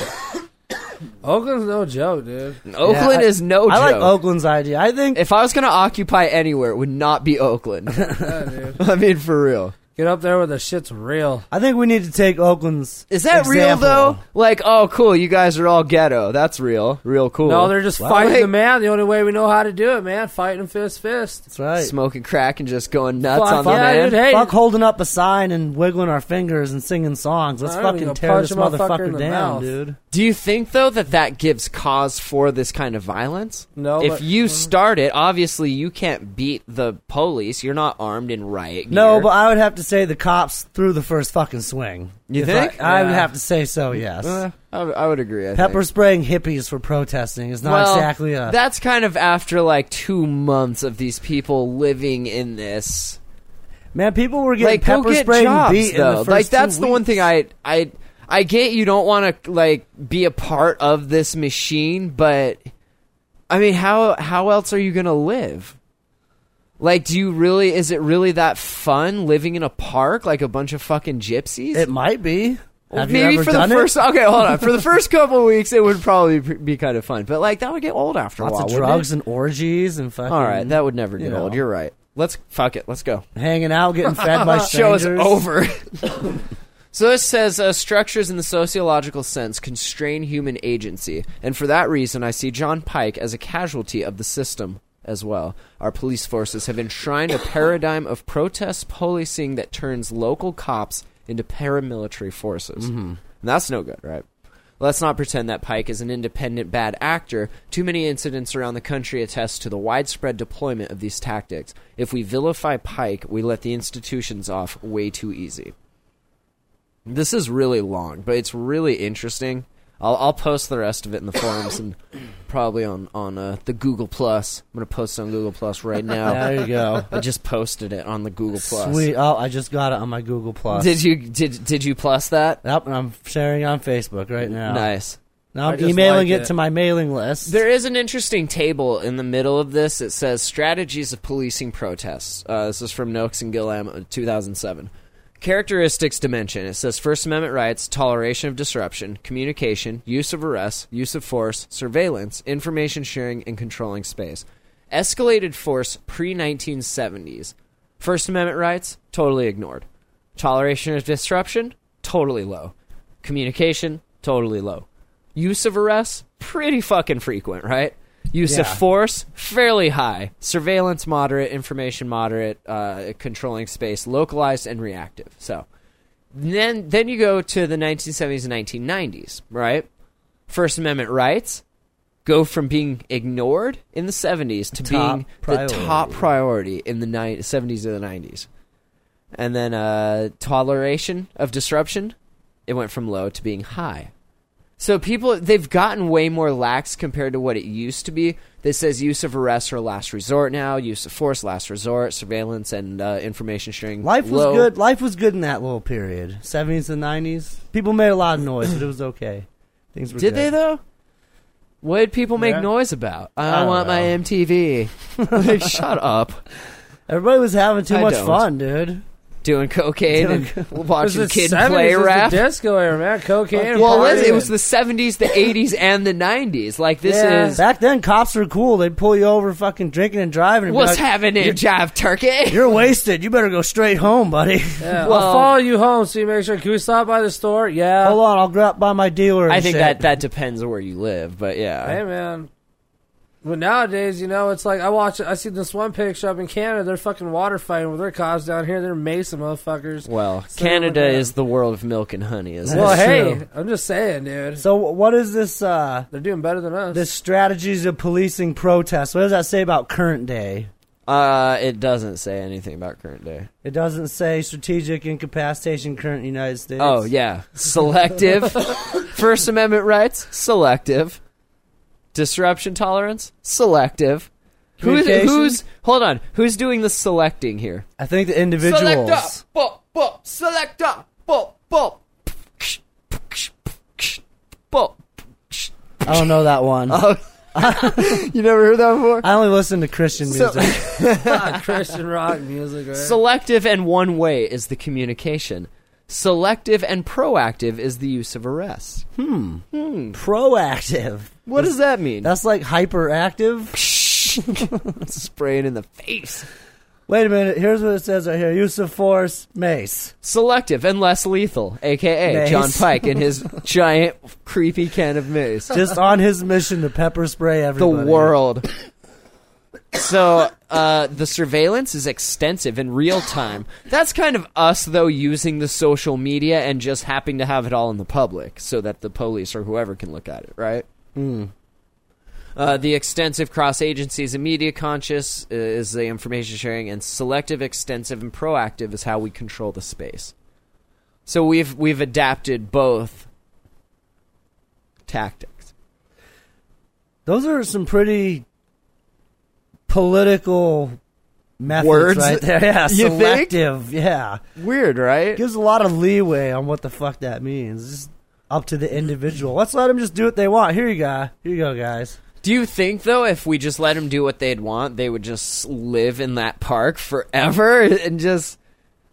S3: Oakland's no joke, dude.
S2: Yeah,
S1: Oakland
S2: I-
S1: is no
S2: I
S1: joke.
S2: like Oakland's idea. I think
S1: If I was going to occupy anywhere, it would not be
S3: [laughs]
S1: Oakland. [laughs] I mean, for real.
S3: Get up there where the shit's real.
S2: I think we need to take Oakland's.
S1: Is that real,
S2: example.
S1: though? Like, oh, cool, you guys are all ghetto. That's real. Real cool.
S3: No, they're just
S2: Well,
S3: fighting
S2: hey.
S3: the man. The only way we know how to do it, man. Fighting fist fist.
S2: That's right.
S1: smoking crack and just going nuts
S3: Fuck
S1: on the
S3: yeah,
S1: man.
S3: dude, hey.
S2: Fuck holding up a sign and wiggling our fingers and singing songs. Let's
S3: I don't
S2: fucking
S3: even
S2: tear
S3: punch
S2: this
S3: a motherfucker
S2: motherfucker
S3: in the
S2: down,
S3: mouth.
S2: dude.
S1: Do you think, though, that that gives cause for this kind of violence?
S3: No,
S1: If
S3: but- Mhm.
S1: you start it, obviously you can't beat the police. You're not armed in riot gear.
S2: No, but I would have to say the cops threw the first fucking swing.
S1: You
S2: If
S1: think?
S2: I, I would
S3: Yeah.
S2: have to say so. Yes.
S1: Uh, I, I would agree. I
S2: Pepper
S1: think.
S2: spraying hippies for protesting is not
S1: Well,
S2: exactly a.
S1: That's kind of after like two months of these people living in this.
S2: man, people were getting
S1: Like, go
S2: pepper
S1: get
S2: sprayed
S1: jobs
S2: and beat
S1: though.
S2: in the first
S1: like,
S2: two
S1: that's the one
S2: weeks.
S1: thing I I I get. You don't want to like be a part of this machine, but I mean, how how else are you gonna live? Like, do you really? Is it really that fun living in a park like a bunch of fucking gypsies?
S2: It might be. Have you
S1: Maybe
S2: ever
S1: for
S2: done
S1: the
S2: it?
S1: first. Okay, hold on.
S2: [laughs]
S1: For the first couple of weeks, it would probably be kind of fun, but like that would get old after a
S2: Lots
S1: while.
S2: of
S1: wouldn't it?
S2: drugs and orgies and fucking.
S1: All right, that would never get
S2: Um, you know.
S1: old. You're right. Let's fuck it. Let's go.
S2: hanging out, getting fed by
S1: [laughs] Show
S2: strangers.
S1: is
S2: [laughs]
S1: over. so this says uh, structures in the sociological sense constrain human agency, and for that reason, I see John Pike as a casualty of the system as well. Our police forces have enshrined a paradigm of protest policing that turns local cops into paramilitary forces. And that's no good, right? Let's not pretend that Pike is an independent bad actor. Too many incidents around the country attest to the widespread deployment of these tactics. If we vilify Pike, we let the institutions off way too easy. This is really long, but it's really interesting. I'll, I'll post the rest of it in the forums and probably on on uh, the Google Plus. I'm gonna post it on Google Plus
S2: [laughs]
S1: right now.
S2: There you go.
S1: I just posted it on the Google Plus.
S2: Sweet. Oh, I just got it on my Google Plus.
S1: Did you did did you plus that?
S2: Yep, and I'm sharing on Facebook right now.
S1: Nice.
S2: Now
S3: I
S2: I'm
S3: just
S2: emailing
S3: like
S2: it.
S3: it.
S2: to my mailing list.
S1: There is an interesting table in the middle of this. It says strategies of policing protests. Uh, this is from Noakes and Gillam, uh, 2007. Characteristics dimension. It says First Amendment rights, toleration of disruption, communication, use of arrest, use of force, surveillance, information sharing, and controlling space. Escalated force pre 1970s. First Amendment rights, totally ignored. Toleration of disruption, totally low. Communication, totally low. Use of arrest, pretty fucking frequent, right? Use of
S2: Yeah.
S1: force, fairly high. Surveillance, moderate. Information, moderate. Uh, controlling space, localized and reactive. So then, then you go to the 1970s and 1990s, right? First Amendment rights go from being ignored in the 70s to
S2: Top
S1: being the top
S2: priority.
S1: priority in the ni- 70s or the 90s. And then uh, toleration of disruption, it went from low to being high. So people they've gotten way more lax compared to what it used to be. This says use of arrest or last resort now, use of force, last resort, surveillance, and uh, information sharing.
S2: Life was
S1: low.
S2: good. Life was good in that little period, seventies and nineties. People made a lot of noise, but it was okay. Things were
S1: Did
S2: good.
S1: they though? What did people make
S3: Yeah.
S1: noise about? I,
S2: don't
S1: want my
S2: know.
S3: [laughs]
S1: MTV. like, shut up.
S2: Everybody was having too
S1: I
S2: much
S1: don't.
S2: fun, dude.
S1: Doing cocaine
S2: Doing
S1: and [laughs]
S3: This
S1: watching
S3: is
S1: kid
S3: 70s,
S1: play
S3: this is
S1: rap.
S3: The disco era, man. Cocaine.
S1: Well, listen, it
S3: partying.
S1: was the 70s, the 80s, and the 90s. Like, this
S3: Yeah.
S1: is.
S2: Back then, cops were cool. They'd pull you over, fucking drinking and driving. And be
S1: What's
S2: like,
S1: happening,
S2: You're,
S1: Jive Turkey?
S2: you're wasted. You better go straight home, buddy. [laughs]
S3: Yeah,
S1: well-
S3: I'll follow you home so you make sure. Can we stop by the store? Yeah.
S2: Hold on, I'll grab by my dealer. and
S1: I think
S2: shit.
S1: that, that depends where you live, but
S3: Hey,
S1: yeah.
S3: man. But nowadays, you know, it's like I watch. I see this one picture up in Canada. They're fucking water fighting with their cops down here. They're mason motherfuckers.
S1: Well,
S3: So,
S1: Canada
S3: yeah.
S1: is the world of milk and honey, isn't
S3: Well,
S1: it?
S2: That's
S3: hey,
S2: true.
S3: I'm just saying, dude.
S2: So, what is this? uh
S3: They're doing better than us.
S2: This strategies of policing protests. What does that say about current day?
S1: Uh, it doesn't say anything about current day.
S2: It doesn't say strategic incapacitation current United States.
S1: Oh yeah, [laughs] selective. First Amendment rights, selective. Disruption tolerance, selective. Who is,
S2: Communication?
S1: who's hold on? Who's doing the selecting here?
S2: I think the individuals.
S1: Select up, bop, bop, select up, bop, bop, bop.
S2: I don't know that
S1: [laughs]
S2: one.
S1: Oh. You never heard that before?
S2: I only listen to Christian
S1: So-
S2: music.
S1: [laughs]
S3: Christian rock music, right?
S1: Selective and one way is the communication. Selective and proactive is the use of arrest.
S2: Proactive.
S1: What does that mean?
S2: That's like hyperactive.
S1: [laughs] Spraying in the face.
S2: Wait a minute. Here's what it says right here: use of force, mace.
S1: Selective and less lethal, aka
S2: Mace.
S1: John Pike and his giant creepy can of mace.
S2: Just on his mission to pepper spray
S1: the
S2: everybody.
S1: world. So uh, the surveillance is extensive in real time. That's kind of us though using the social media and just happing to have it all in the public so that the police or whoever can look at it, right? Hmm. Uh, the extensive cross agencies and media conscious uh, is the information sharing, and selective, extensive, and proactive is how we control the space. So we've we've adapted both tactics.
S2: Those are some pretty political methods
S1: Words?
S2: right there. Yeah,
S1: [laughs] You think?
S2: selective. Yeah,
S1: Weird, right?
S2: gives a lot of leeway on what the fuck that means. It's just up to the individual. Let's let them just do what they want. Here you go. Here you go, guys.
S1: Do you think though, if we just let them do what they'd want, they would just live in that park forever [laughs] and just?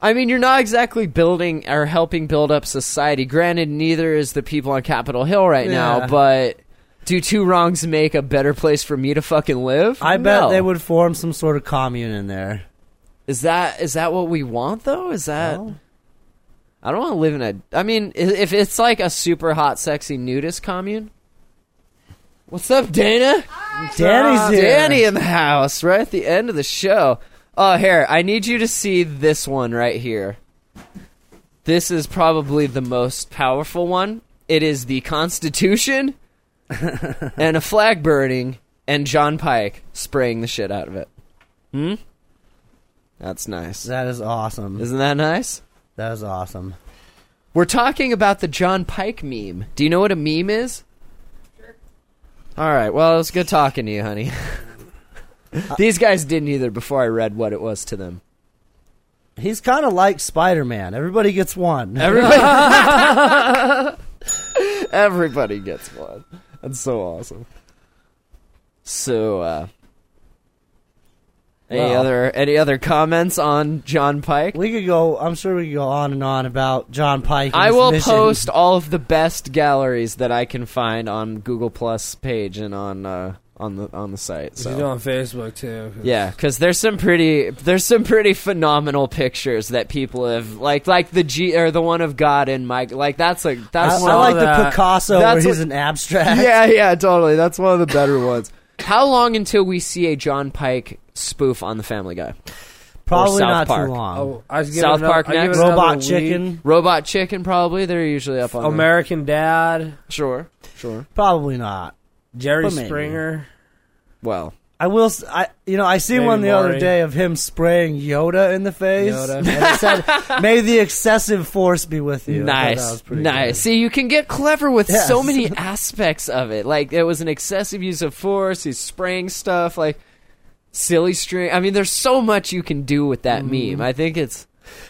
S1: I mean, you're not exactly building or helping build up society. Granted, neither is the people on Capitol Hill right
S2: Yeah.
S1: now, but. Do two wrongs make a better place for me to fucking live?
S2: I bet
S1: No.
S2: they would form some sort of commune in there.
S1: Is that is that what we want though? Is that? I don't want to live in a. I mean, i- if it's like a super hot, sexy nudist commune. What's up, Dana?
S2: Danny's here.
S1: Ah, Danny in the house, right at the end of the show. Oh, here, I need you to see this one right here. This is probably the most powerful one. It is the
S2: [laughs]
S1: Constitution and a flag burning and John Pike spraying the shit out of it. Hmm? That's nice.
S2: That is awesome.
S1: Isn't that nice?
S2: That is awesome.
S1: We're talking about the John Pike meme. Do you know what a meme is? Sure. All right. Well, it was good talking to you, honey. These guys didn't either before I read what it was to them.
S2: He's kind of like Spider Man. Everybody
S1: [laughs]
S2: gets one.
S1: Everybody, [laughs] everybody gets one. That's so awesome. So, uh, any
S2: Well-
S1: other any other comments on John Pike?
S2: We could go. I'm sure we could go on and on about John Pike. and
S1: I
S2: his
S1: will
S2: mission.
S1: post all of the best galleries that I can find on Google Plus page and on uh, on the on the site.
S3: You
S1: So
S3: do on Facebook too. 'cause-
S1: yeah, because there's some pretty there's some pretty phenomenal pictures that people have like like the G or the one of God and Mike like that's a
S2: I,
S1: that's
S2: I
S1: one of
S2: like the
S3: that.
S2: Picasso
S1: That's
S2: where he's
S1: what- [laughs]
S2: an abstract.
S1: yeah, yeah, totally. That's one of the better ones. How long until we see a John Pike spoof on The Family Guy?
S2: [laughs] probably
S1: South
S2: not
S1: Park.
S2: too long.
S3: Oh, I give it
S1: South
S3: another-
S1: Park
S3: I give it
S1: next.
S3: another
S2: Robot
S3: week.
S2: Chicken,
S1: Robot Chicken, probably. They're usually up on the-
S3: American Dad,
S1: Sure, sure.
S2: probably not.
S3: Jerry
S2: But maybe.
S3: Springer.
S1: Well,
S2: I will. s- I you know I seen
S3: Maybe
S2: one the other
S3: Maury.
S2: day of him spraying Yoda in the face. [laughs]
S3: Yoda.
S2: And it said, "May the excessive force be with you." I thought that was
S1: nice,
S2: pretty
S1: nice.
S2: good.
S1: See, you can get clever with so
S2: Yes. [laughs]
S1: many aspects of it. Like it was an excessive use of force. He's spraying stuff like silly string. I mean, there's so much you can do with that meme. I think it's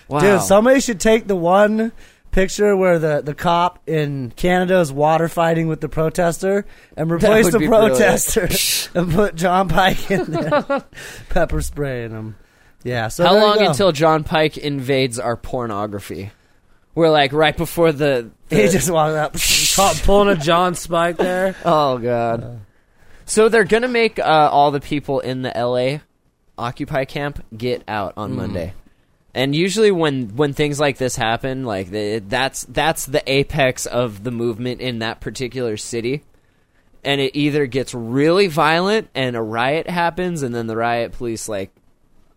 S1: wow.
S2: Mm-hmm. Dude, somebody should take the one picture where the, the cop in Canada is water fighting with the protester and replace
S1: would
S2: the
S1: be brilliant. [laughs]
S2: protester [laughs] and put John Pike in there, [laughs] pepper spraying him. Yeah. So
S1: How
S2: there you
S1: long
S2: go.
S1: until John Pike invades our pornography? We're like right before the.
S2: [laughs] he
S1: the-
S2: just walked up?
S3: Caught
S1: [laughs]
S3: Uh, pulling a John Spike there.
S1: oh god. so they're gonna make uh, all the people in the LA Occupy camp get out on Monday. And usually when when things like this happen, like the, that's that's the apex of the movement in that particular city. And it either gets really violent and a riot happens and then the riot police like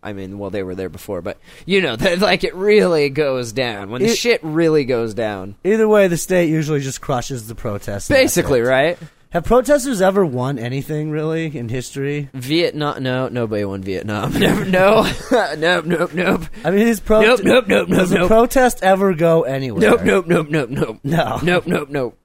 S1: I mean, well they were there before, but you know, [laughs] they're like it really goes down. When the
S2: It-
S1: shit really goes down.
S2: Either way, the state usually just crushes the protest. and that's
S1: Basically,
S2: it.
S1: right?
S2: Have protesters ever won anything really in history?
S1: Vietnam. No, nobody won Vietnam. [laughs] Never. No. nope. Nope. Nope.
S2: I mean, is pro-
S1: Nope, nope, nope, nope,
S2: does a
S1: nope.
S2: protest ever go anywhere?
S1: Nope. Nope. Nope. Nope. Nope.
S2: No.
S1: Nope. Nope. Nope.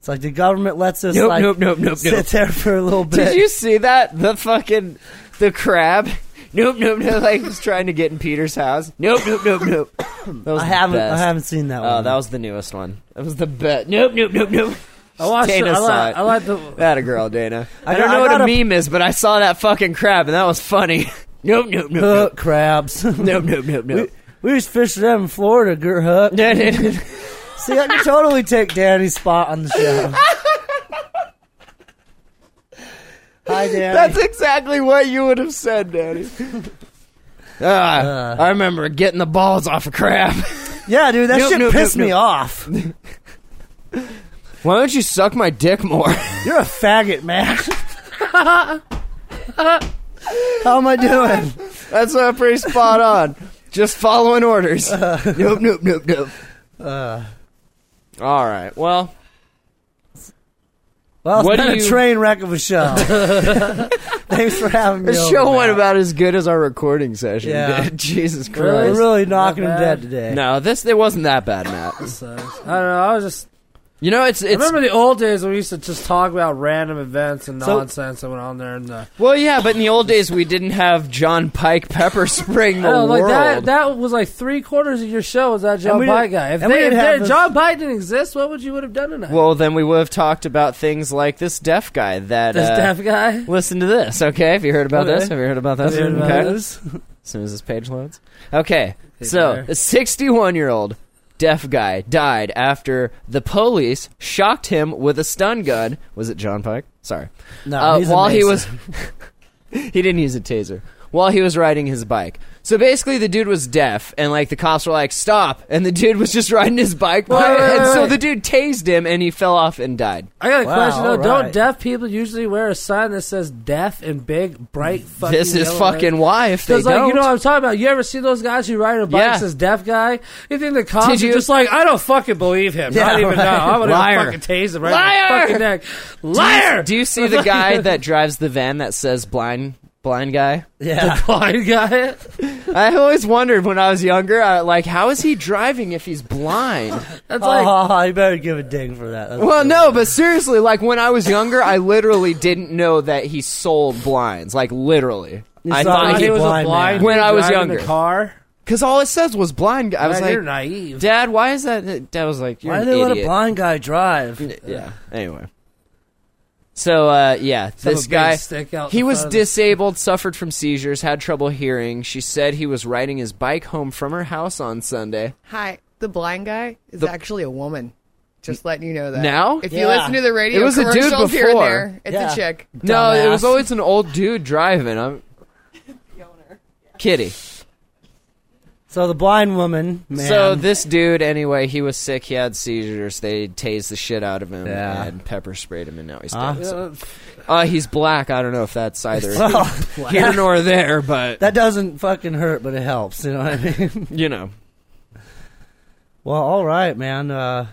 S2: It's like the government lets us
S1: Nope,
S2: like
S1: nope, nope, nope,
S2: sit
S1: nope.
S2: there for a little bit.
S1: Did you see that? The fucking the crab. Nope. Nope. Nope. Like was trying to get in Peter's house. Nope. Nope. Nope. Nope. That was
S2: I
S1: the
S2: haven't. I
S1: best.
S2: haven't seen that
S1: Oh,
S2: one.
S1: that was the newest one. That was the best. Nope. Nope. Nope. Nope.
S3: I watched. it.
S1: Dana
S3: I,
S1: saw
S3: like,
S1: it.
S3: I like the.
S1: That a girl, Dana. I,
S2: I
S1: don't
S2: got-
S1: know
S2: I
S1: what a
S2: got a-
S1: meme is, but I saw that fucking crab and that was funny. [laughs] nope, nope,
S2: Uh,
S1: nope, [laughs]
S2: crabs. [laughs]
S1: nope, nope, nope, nope,
S2: we,
S1: nope.
S2: we was fishing them in Florida, girl. Huh?
S1: [laughs] No, no, no.
S2: See, I could totally take Danny's spot on
S1: [laughs]
S2: the show. Hi, Danny.
S1: That's exactly what you would have said, Danny. [laughs] Ah, I remember getting the balls off a crab.
S2: yeah, dude, that
S1: Nope,
S2: shit
S1: nope,
S2: pissed
S1: nope,
S2: me
S1: nope. [laughs]
S2: off.
S1: Why don't you suck my dick more?
S2: You're a faggot, man. How am I doing?
S1: [laughs] That's uh, pretty spot on. Just following orders. [laughs] nope, nope, nope, nope. All right. Well,
S2: Well, it's
S1: What do
S2: been
S1: you-
S2: a train wreck of
S1: [laughs]
S2: a show. Thanks for having me.
S1: this
S2: over,
S1: show went
S2: Matt.
S1: about as good as our recording session
S2: Yeah.
S1: did. [laughs] Jesus Christ.
S2: We're really knocking him
S3: bad.
S2: dead today.
S1: No, this it wasn't that bad, Matt.
S3: I don't know. I was just.
S1: You know, it's
S3: I
S1: it's
S3: remember the old days when we used to just talk about random events and
S2: So-
S3: nonsense that went on there and the.
S1: well, yeah, but in the old days we didn't have John Pike pepper spraying the
S3: Oh, like
S1: world.
S3: that, that was like three quarters of your show was that John
S2: we
S3: Pike
S2: didn't-
S3: guy. If,
S2: and we
S3: they, if
S2: didn't have
S3: they-
S2: this-
S3: John Pike didn't exist, what would you would have done tonight?
S1: well, then we would have talked about things like this deaf guy that.
S3: this
S1: uh,
S3: deaf guy.
S1: Listen to this, okay? Have you heard about this?
S2: Okay.
S1: Have you heard about this?
S2: heard about
S1: okay.
S2: this.
S1: [laughs] As soon as this page loads. Okay, so
S3: there.
S1: a 61 year old deaf guy died after the police shocked him with a stun gun. Was it John Pike? Sorry.
S2: No,
S1: uh,
S2: he's
S1: while he
S2: amazing.
S1: was
S3: [laughs]
S1: he didn't use a taser while he was riding his bike so basically the dude was deaf and like the cops were like stop and the dude was just [laughs] riding his bike by-
S3: wait, wait,
S1: and so
S3: wait.
S1: the dude tased him and he fell off and died
S3: I got a
S2: Wow,
S3: question though.
S2: all
S3: Don't
S2: right.
S3: deaf people usually wear a sign that says "deaf" in big, bright fucking?
S1: this is
S3: yellow
S1: fucking
S3: letters?
S1: why if they
S3: Because like
S1: don't
S3: you know what I'm talking about. You ever see those guys who ride a bike
S1: Yeah.
S3: says deaf guy? You think the cops
S1: Did you-
S3: are just like I don't fucking believe him.
S2: Yeah,
S3: Not even
S2: right.
S3: now. I would
S1: Liar.
S3: have fucking tased him right
S1: Liar.
S3: in the fucking neck.
S1: Do you-
S3: Liar.
S1: do you see the
S3: [laughs]
S1: guy that drives the van that says blind blind guy [laughs]
S2: yeah.
S3: blind guy?
S1: i always wondered when i was younger I, like how is he driving if he's blind
S3: That's like
S2: oh, you better give a ding for that. That's
S1: Well,
S2: good.
S1: no, but seriously, like when I was younger, I literally didn't know that he sold blinds. Like literally, I
S2: saw
S1: thought
S2: him
S1: he
S2: was
S1: was
S2: a
S1: blind when I was
S3: driving the
S1: younger.
S3: car.
S1: because all it says was blind. guy. I was
S3: Man, you're
S1: like,
S3: naive.
S1: Dad, why is that? Dad was like, You're
S2: Why
S1: an
S2: do they let a
S1: idiot."
S2: blind guy drive?
S1: Yeah. Anyway. So uh, yeah, this
S3: big
S1: guy
S3: stick out
S1: he
S3: the
S1: was
S3: front of the-
S1: disabled, suffered from seizures, had trouble hearing. She said he was riding his bike home from her house on Sunday.
S4: Hi, the blind guy is actually a woman. Just letting you know that.
S1: Now?
S4: if
S2: Yeah.
S4: you listen to the radio,
S1: It was a dude
S4: commercials here and
S1: before.
S4: there, it's
S2: Yeah.
S4: a chick.
S1: No, it was
S2: Dumbass.
S1: always an old dude driving. I'm Kitty.
S2: So the blind woman, man. [laughs]
S1: So this dude, anyway, he was sick. He had seizures. They tased the shit out of him
S2: Yeah.
S1: and pepper sprayed him, and now he's
S2: Huh?
S1: dead. So- Uh, he's black. I don't know if that's
S2: [laughs]
S1: either
S2: Well,
S1: [laughs] here nor there, but
S2: that doesn't fucking hurt, but it helps. You know what I mean? [laughs]
S1: you know,
S2: well, all right, man. Uh,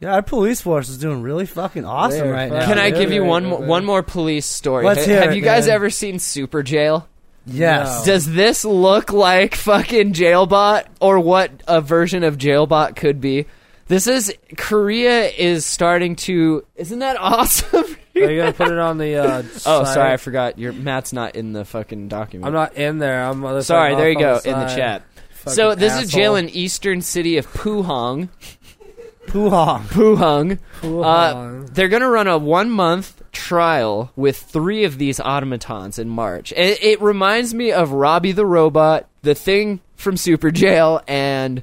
S2: yeah, our police force is doing really fucking awesome
S3: They're
S2: right now.
S3: fucking-
S1: can I
S3: yeah,
S1: give you
S3: yeah,
S1: one
S3: yeah,
S1: more,
S3: yeah.
S1: one more police story?
S2: Let's
S1: Ha-
S2: hear
S1: Have
S2: it,
S1: you guys
S2: man.
S1: ever seen Super Jail?
S2: Yes.
S3: No.
S1: Does this look like fucking Jailbot or what a version of Jailbot could be? This is Korea is starting to. Isn't that awesome? [laughs]
S3: Are Oh, you gonna put it on the? Uh,
S1: Oh,
S3: site?
S1: sorry, I forgot. Your Matt's not in the fucking document.
S3: I'm not in there. I'm other
S1: Sorry,
S3: side,
S1: there you
S3: off
S1: go
S3: on
S1: in the
S3: side.
S1: chat.
S3: Fucking
S1: So this is a jail in
S3: asshole.
S1: eastern city of Puhong.
S2: Poo-hong.
S1: Puhong. Uh,
S3: Puhong.
S1: they're going to run a one month trial with three of these automatons in March. It, it reminds me of Robbie the Robot, the thing from Super Jail, and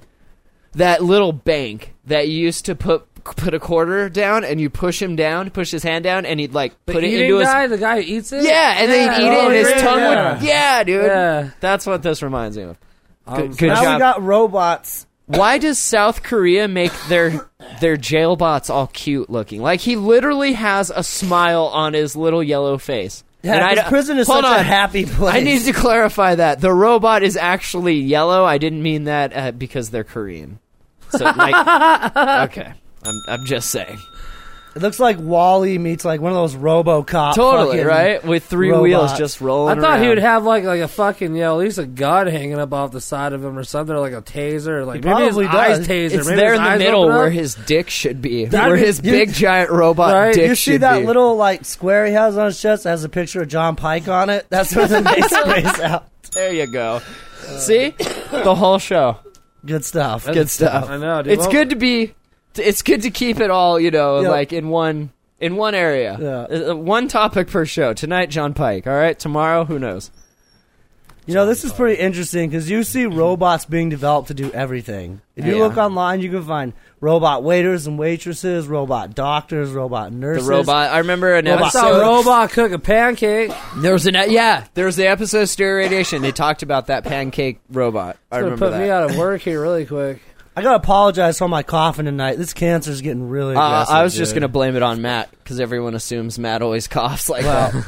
S1: that little bank that you used to put put a quarter down and you push him down, push his hand down, and he'd like
S3: The
S1: put it
S3: eating
S1: into his
S3: guy, the guy who eats it.
S1: yeah, and then he'd eat it,
S3: oh,
S1: and his
S3: yeah,
S1: tongue
S3: yeah.
S1: would yeah, dude.
S3: Yeah.
S1: That's what this reminds me of.
S3: Um,
S1: [laughs] Good, good
S2: Now
S1: job.
S2: we got robots.
S1: Why does South Korea make their their jail bots all cute looking? Like he literally has a smile on his little yellow face.
S2: Yeah,
S1: And I
S2: this
S1: don't-
S2: prison is
S1: hold
S2: such
S1: on.
S2: a happy place.
S1: I need to clarify that the robot is actually yellow. I didn't mean that uh,
S2: [laughs]
S1: because they're Korean. So like, okay, I'm I'm just saying.
S2: It looks like Wally meets like one of those RoboCop.
S1: Totally
S2: fucking- uh,
S1: right with three
S2: robots.
S1: wheels just rolling.
S3: I thought he
S1: around.
S3: would have like like a fucking yeah, at least a gun hanging up off the side of him or something, or like a taser, or like maybe his
S2: probably
S3: eyes
S2: does.
S3: taser.
S1: It's
S3: maybe
S1: there
S3: his
S1: in the
S3: eyes
S1: middle
S3: open up.
S1: where his dick should be,
S2: That'd
S1: where
S2: be-
S1: his
S2: you-
S1: big giant robot
S3: Right?
S1: dick
S2: You see
S1: should
S2: that
S1: be.
S2: little like square he has on his chest that has a picture of John Pike on it?
S1: [laughs]
S2: That's where the base space out.
S1: There you go. See the whole show.
S2: Good stuff.
S1: Good stuff.
S3: I know. Dude,
S1: It's
S3: Well,
S1: good to be. It's good to keep it all, you know,
S2: Yeah.
S1: like in one in one area.
S2: Yeah.
S1: Uh, One topic per show. Tonight, John Pike. All right. Tomorrow, who knows?
S2: You know, this is pretty interesting because you see robots being developed to do everything. If you
S1: Yeah.
S2: look online, you can find robot waiters and waitresses, robot doctors, robot
S1: The
S2: nurses.
S1: robot. I remember an
S3: I
S2: Robot.
S1: [laughs]
S3: saw
S1: episode.
S3: a robot cook a pancake.
S1: There was an e, yeah. There was the episode of Stereo Radiation. They talked about that pancake robot. I
S3: Gonna
S1: remember
S3: put me
S1: that.
S3: out of work here
S1: [laughs]
S3: really quick.
S2: I gotta apologize for my coughing tonight. This cancer's getting really
S1: Uh,
S2: aggressive.
S1: I was just
S2: dude.
S1: gonna blame it on Matt because everyone assumes Matt always coughs like that. [laughs]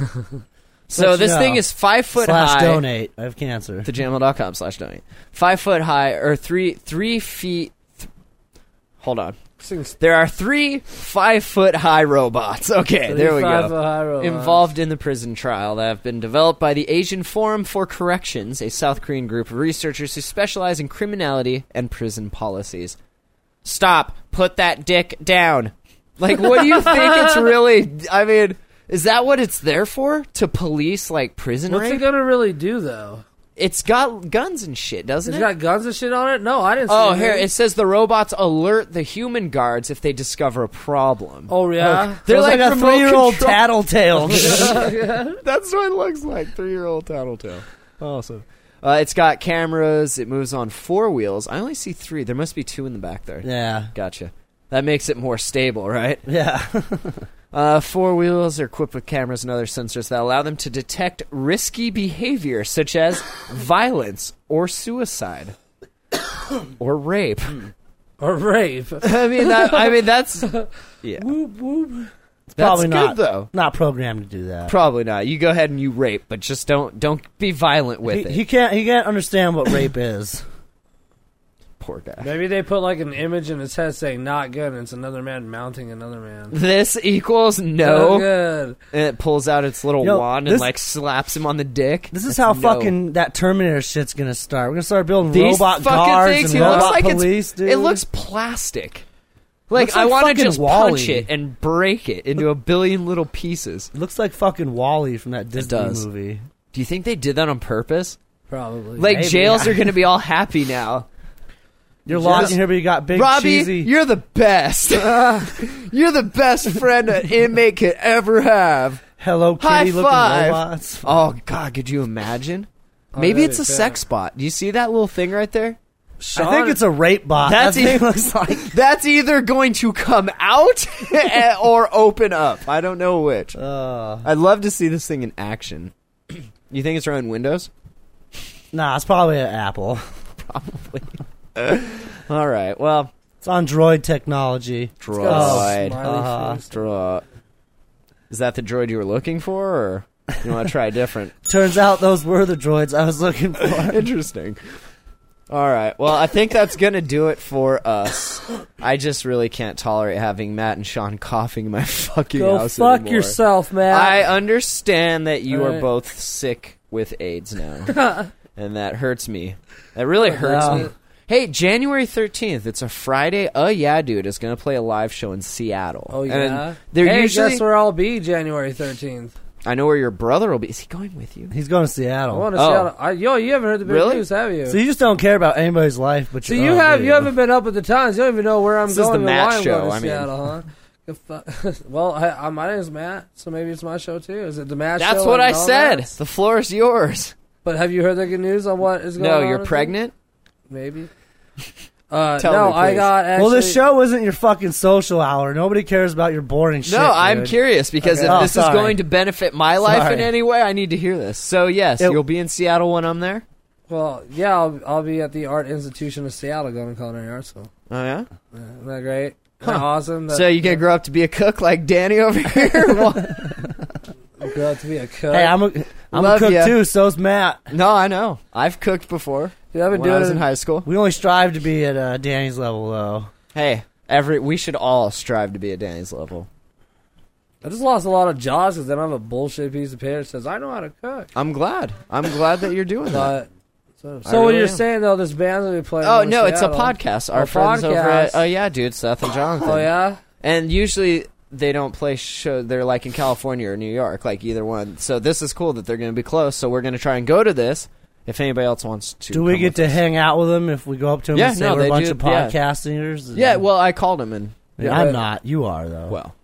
S2: But
S1: so
S2: you
S1: this
S2: know,
S1: thing is five foot
S2: slash
S1: high.
S2: donate. I have cancer.
S1: thejamal.com slash donate. Five foot high or three three feet. Th- hold on.
S3: This thing's
S1: There are three five foot high robots. [laughs] Okay, there we
S3: 35
S1: go.
S3: high robots.
S1: Involved in the prison trial that have been developed by the Asian Forum for Corrections, a South Korean group of researchers who specialize in criminality and prison policies. Stop. Put that dick down. Like, what do you think
S3: [laughs]
S1: it's really? I mean, is that what it's there for? To police like prison
S3: What's
S1: rape?
S3: it gonna really do though?
S1: It's got guns and shit, doesn't
S3: It's
S1: it?
S3: got guns and shit on it. No, I didn't.
S1: oh,
S3: see
S1: here
S3: it.
S1: it says the robots alert the human guards if they discover a problem.
S3: Oh yeah.
S1: They're
S2: It's like, a
S1: remote
S2: three-year-old
S1: control- [laughs]
S2: tattletale.
S1: That's what it looks like. Three year old tattletale. Awesome. Uh, it's got cameras. It moves on four wheels. I only see three. There must be two in the back there.
S2: [laughs] yeah,
S1: Gotcha. That makes it more stable, right?
S2: yeah. [laughs]
S1: Uh, four wheels are equipped with cameras and other sensors that allow them to detect risky behavior such
S2: [coughs]
S1: as violence or suicide or rape.
S3: or rape.
S1: [laughs] I mean, that, I mean
S3: [laughs]
S1: that's yeah.
S3: Whoop, whoop.
S1: That's
S2: Probably not
S1: good though.
S2: Not programmed to do that.
S1: Probably not. You go ahead and you rape, but just don't don't be violent with
S2: He,
S1: it.
S2: he can't. He can't understand what rape is.
S1: Poor guy.
S3: Maybe they put like an image in his head saying "not good," and it's another man mounting another man.
S1: [laughs] This equals
S3: [laughs] Not
S1: no,
S3: good.
S1: and it pulls out its little
S2: You know,
S1: wand
S2: this-
S1: and like slaps him on the dick.
S2: This
S1: That's
S2: is how
S1: no.
S2: fucking that Terminator shit's gonna start. We're gonna start building
S1: these
S2: robot
S1: fucking
S2: guards
S1: things.
S2: and
S1: It
S2: robot
S1: looks like
S2: police,
S1: it's,
S2: dude.
S1: it looks plastic. Like,
S2: Looks
S1: I
S2: like
S1: want to
S2: fucking
S1: just punch
S2: Wall-E.
S1: it and break it into a billion little pieces.
S2: It looks like fucking Wally from that Disney
S1: does.
S2: movie.
S1: Do you think they did that on purpose?
S3: Probably.
S1: Like
S2: Maybe. [laughs]
S1: jails are going to be all happy now.
S2: You're
S1: Just-
S2: locked in here, but you got big
S1: Robbie,
S2: cheesy.
S1: you're the best. [laughs] you're the best friend an inmate could ever have.
S2: Hello
S1: High
S2: Kitty looking
S1: five.
S2: robots.
S1: Oh God, could you imagine? Maybe
S3: that'd
S1: it's
S3: be
S1: a
S3: bad.
S1: sex bot. Do you see that little thing right there?
S2: I think it's a rape bot.
S1: That's
S2: that thing
S1: e-
S2: looks like.
S1: That's either going to come out [laughs] or open up. I don't know which.
S2: Uh,
S1: I'd love to see this thing in action. You think it's running Windows?
S2: nah, it's probably an Apple.
S1: All right. Well,
S2: It's on droid technology.
S1: droid.
S3: Smiley face.
S1: Dro- Is that the droid you were looking for, or you want to try a different?
S2: Turns out those were the droids I was
S1: [laughs]
S2: looking for.
S1: Interesting. All right. Well, I think that's gonna do it for us. I just really can't tolerate having Matt and Sean coughing in my [laughs] fucking
S3: Go
S1: house
S3: fuck
S1: anymore.
S3: yourself, man.
S1: I understand that you are
S3: Alright.
S1: both sick with AIDS now.
S3: [laughs]
S1: and that hurts me. That really hurts
S2: Wow.
S3: uh,
S1: me. Hey, January 13th, it's a Friday. Oh, yeah, dude, is going to play a live show in Seattle.
S3: Oh
S1: And
S3: yeah.
S1: they're
S3: hey,
S1: usually,
S3: guess where I'll be January thirteenth.
S1: I know where your brother will be. Is he going with you?
S2: He's going to
S3: I
S2: Seattle.
S3: want to
S1: Oh.
S3: see. How I, yo, you haven't heard the big
S1: Really?
S3: news, have you?
S2: so you just don't care about anybody's life, but
S3: So
S2: your
S3: you
S2: own,
S3: have
S2: do
S3: you haven't been up with the times. You don't even know where I'm
S1: This is
S3: going.
S1: the
S3: and
S1: Matt
S3: why I'm
S1: show,
S3: Going to
S1: I mean.
S3: Seattle, huh? The fu- [laughs] well, I, I, my name's Matt, so maybe it's my show too. Is it the Matt?
S1: That's
S3: show
S1: what
S3: and
S1: I
S3: all
S1: said.
S3: that?
S1: The floor is yours.
S3: But have you heard the good news on what is going
S1: No,
S3: on?
S1: you're
S3: with it?
S1: pregnant?
S3: [laughs] Maybe. Uh,
S1: Tell
S3: no,
S1: me,
S3: I
S1: please.
S3: got. Actually,
S2: Well, this show isn't your fucking social hour. Nobody cares about your boring shit.
S1: no, I'm
S2: dude.
S1: curious because
S2: Okay.
S1: if
S2: Oh,
S1: this
S2: sorry.
S1: is going to benefit my life in
S2: Sorry.
S1: any way, I need to hear this. So, yes,
S2: It-
S1: you'll be in Seattle when I'm there?
S3: Well, yeah, I'll, I'll be at the Art Institution of Seattle, going to culinary arts school.
S1: Oh, yeah?
S3: Isn't that great? Isn't that awesome? That
S1: So you gonna grow up to be a cook like Danny over here? What?
S3: grow up to be a cook.
S2: Hey, I'm a, I'm a
S1: Love
S2: cook
S1: ya.
S2: too. So's Matt.
S1: no, I know. I've cooked before
S3: Dude, I've been
S1: when
S3: doing
S1: I was in
S3: it-
S1: high school.
S2: We only strive to be at uh, Danny's level, though.
S1: Hey, every we should all strive to be at Danny's level.
S3: I just lost a lot of jobs because I don't have a bullshit piece of paper that says I know how to cook.
S1: I'm glad. I'm glad that you're doing that.
S3: But so, so what
S1: really
S3: you're
S1: am.
S3: saying though, this band's gonna be playing.
S1: Uh, Oh
S3: in
S1: no, it's a
S3: Seattle.
S1: podcast. Our
S3: A
S1: friends over
S3: podcast.
S1: at oh yeah, dude, Seth and Jonathan.
S3: Oh yeah.
S1: and usually they don't play show. They're like in California or New York, like either one. So this is cool that they're going to be close. So we're going to try and go to this. If anybody else wants to,
S2: Do we
S1: come
S2: get
S1: with
S2: to
S1: us.
S2: hang out with them if we go up to them
S1: Yeah,
S2: and say
S1: no,
S2: we're
S1: they
S2: a bunch
S1: do-
S2: of
S1: yeah.
S2: podcasters? And-
S1: Yeah, well, I called him and uh,
S2: Yeah, I'm
S3: but-
S2: not. You are though.
S1: well,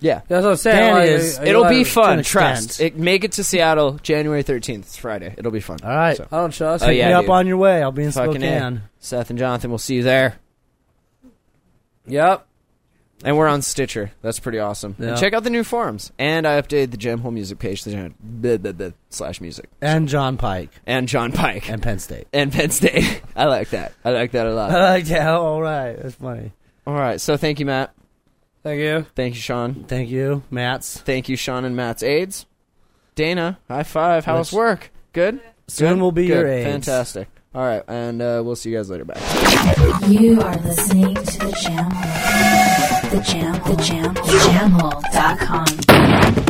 S1: yeah,
S3: That's what I'm saying.
S2: Dan
S3: like,
S2: is-
S3: are you
S1: it'll
S3: allowed
S1: be
S3: to-
S1: fun.
S2: an
S1: Trust
S2: extent.
S1: it. Make it to Seattle January thirteenth, Friday. It'll be fun.
S2: All right.
S1: So,
S3: I don't trust.
S1: Oh,
S3: you.
S2: Pick
S1: yeah,
S2: me up
S1: dude.
S2: on your way. I'll be in
S1: fucking A.
S2: Spokane.
S1: Seth and Jonathan, we'll see you there.
S3: Yep.
S1: And we're on Stitcher. That's pretty awesome. And
S3: Yeah.
S1: check out the new forums. And I updated the Jam Hole music page, the jam, blah, blah, blah, slash music.
S2: And John Pike
S1: And John Pike.
S2: and
S1: [laughs]
S2: Penn State. [laughs]
S1: and Penn State. I like that. I like that a
S2: Uh,
S1: lot.
S2: yeah, all right. That's funny.
S1: All right. So thank you, Matt.
S3: Thank you.
S1: Thank you, Sean.
S2: Thank you, Matts.
S1: Thank you, Sean and Matt's aides. Dana, high five. How's
S2: Let's-
S1: work? Good.
S2: Soon
S1: Good?
S2: will be
S1: Good.
S2: your age.
S1: Fantastic. All right, and uh, we'll see you guys later. Bye.
S5: You are listening to the Jam Hole. The Jam, the Jam, the Jam Hole.com.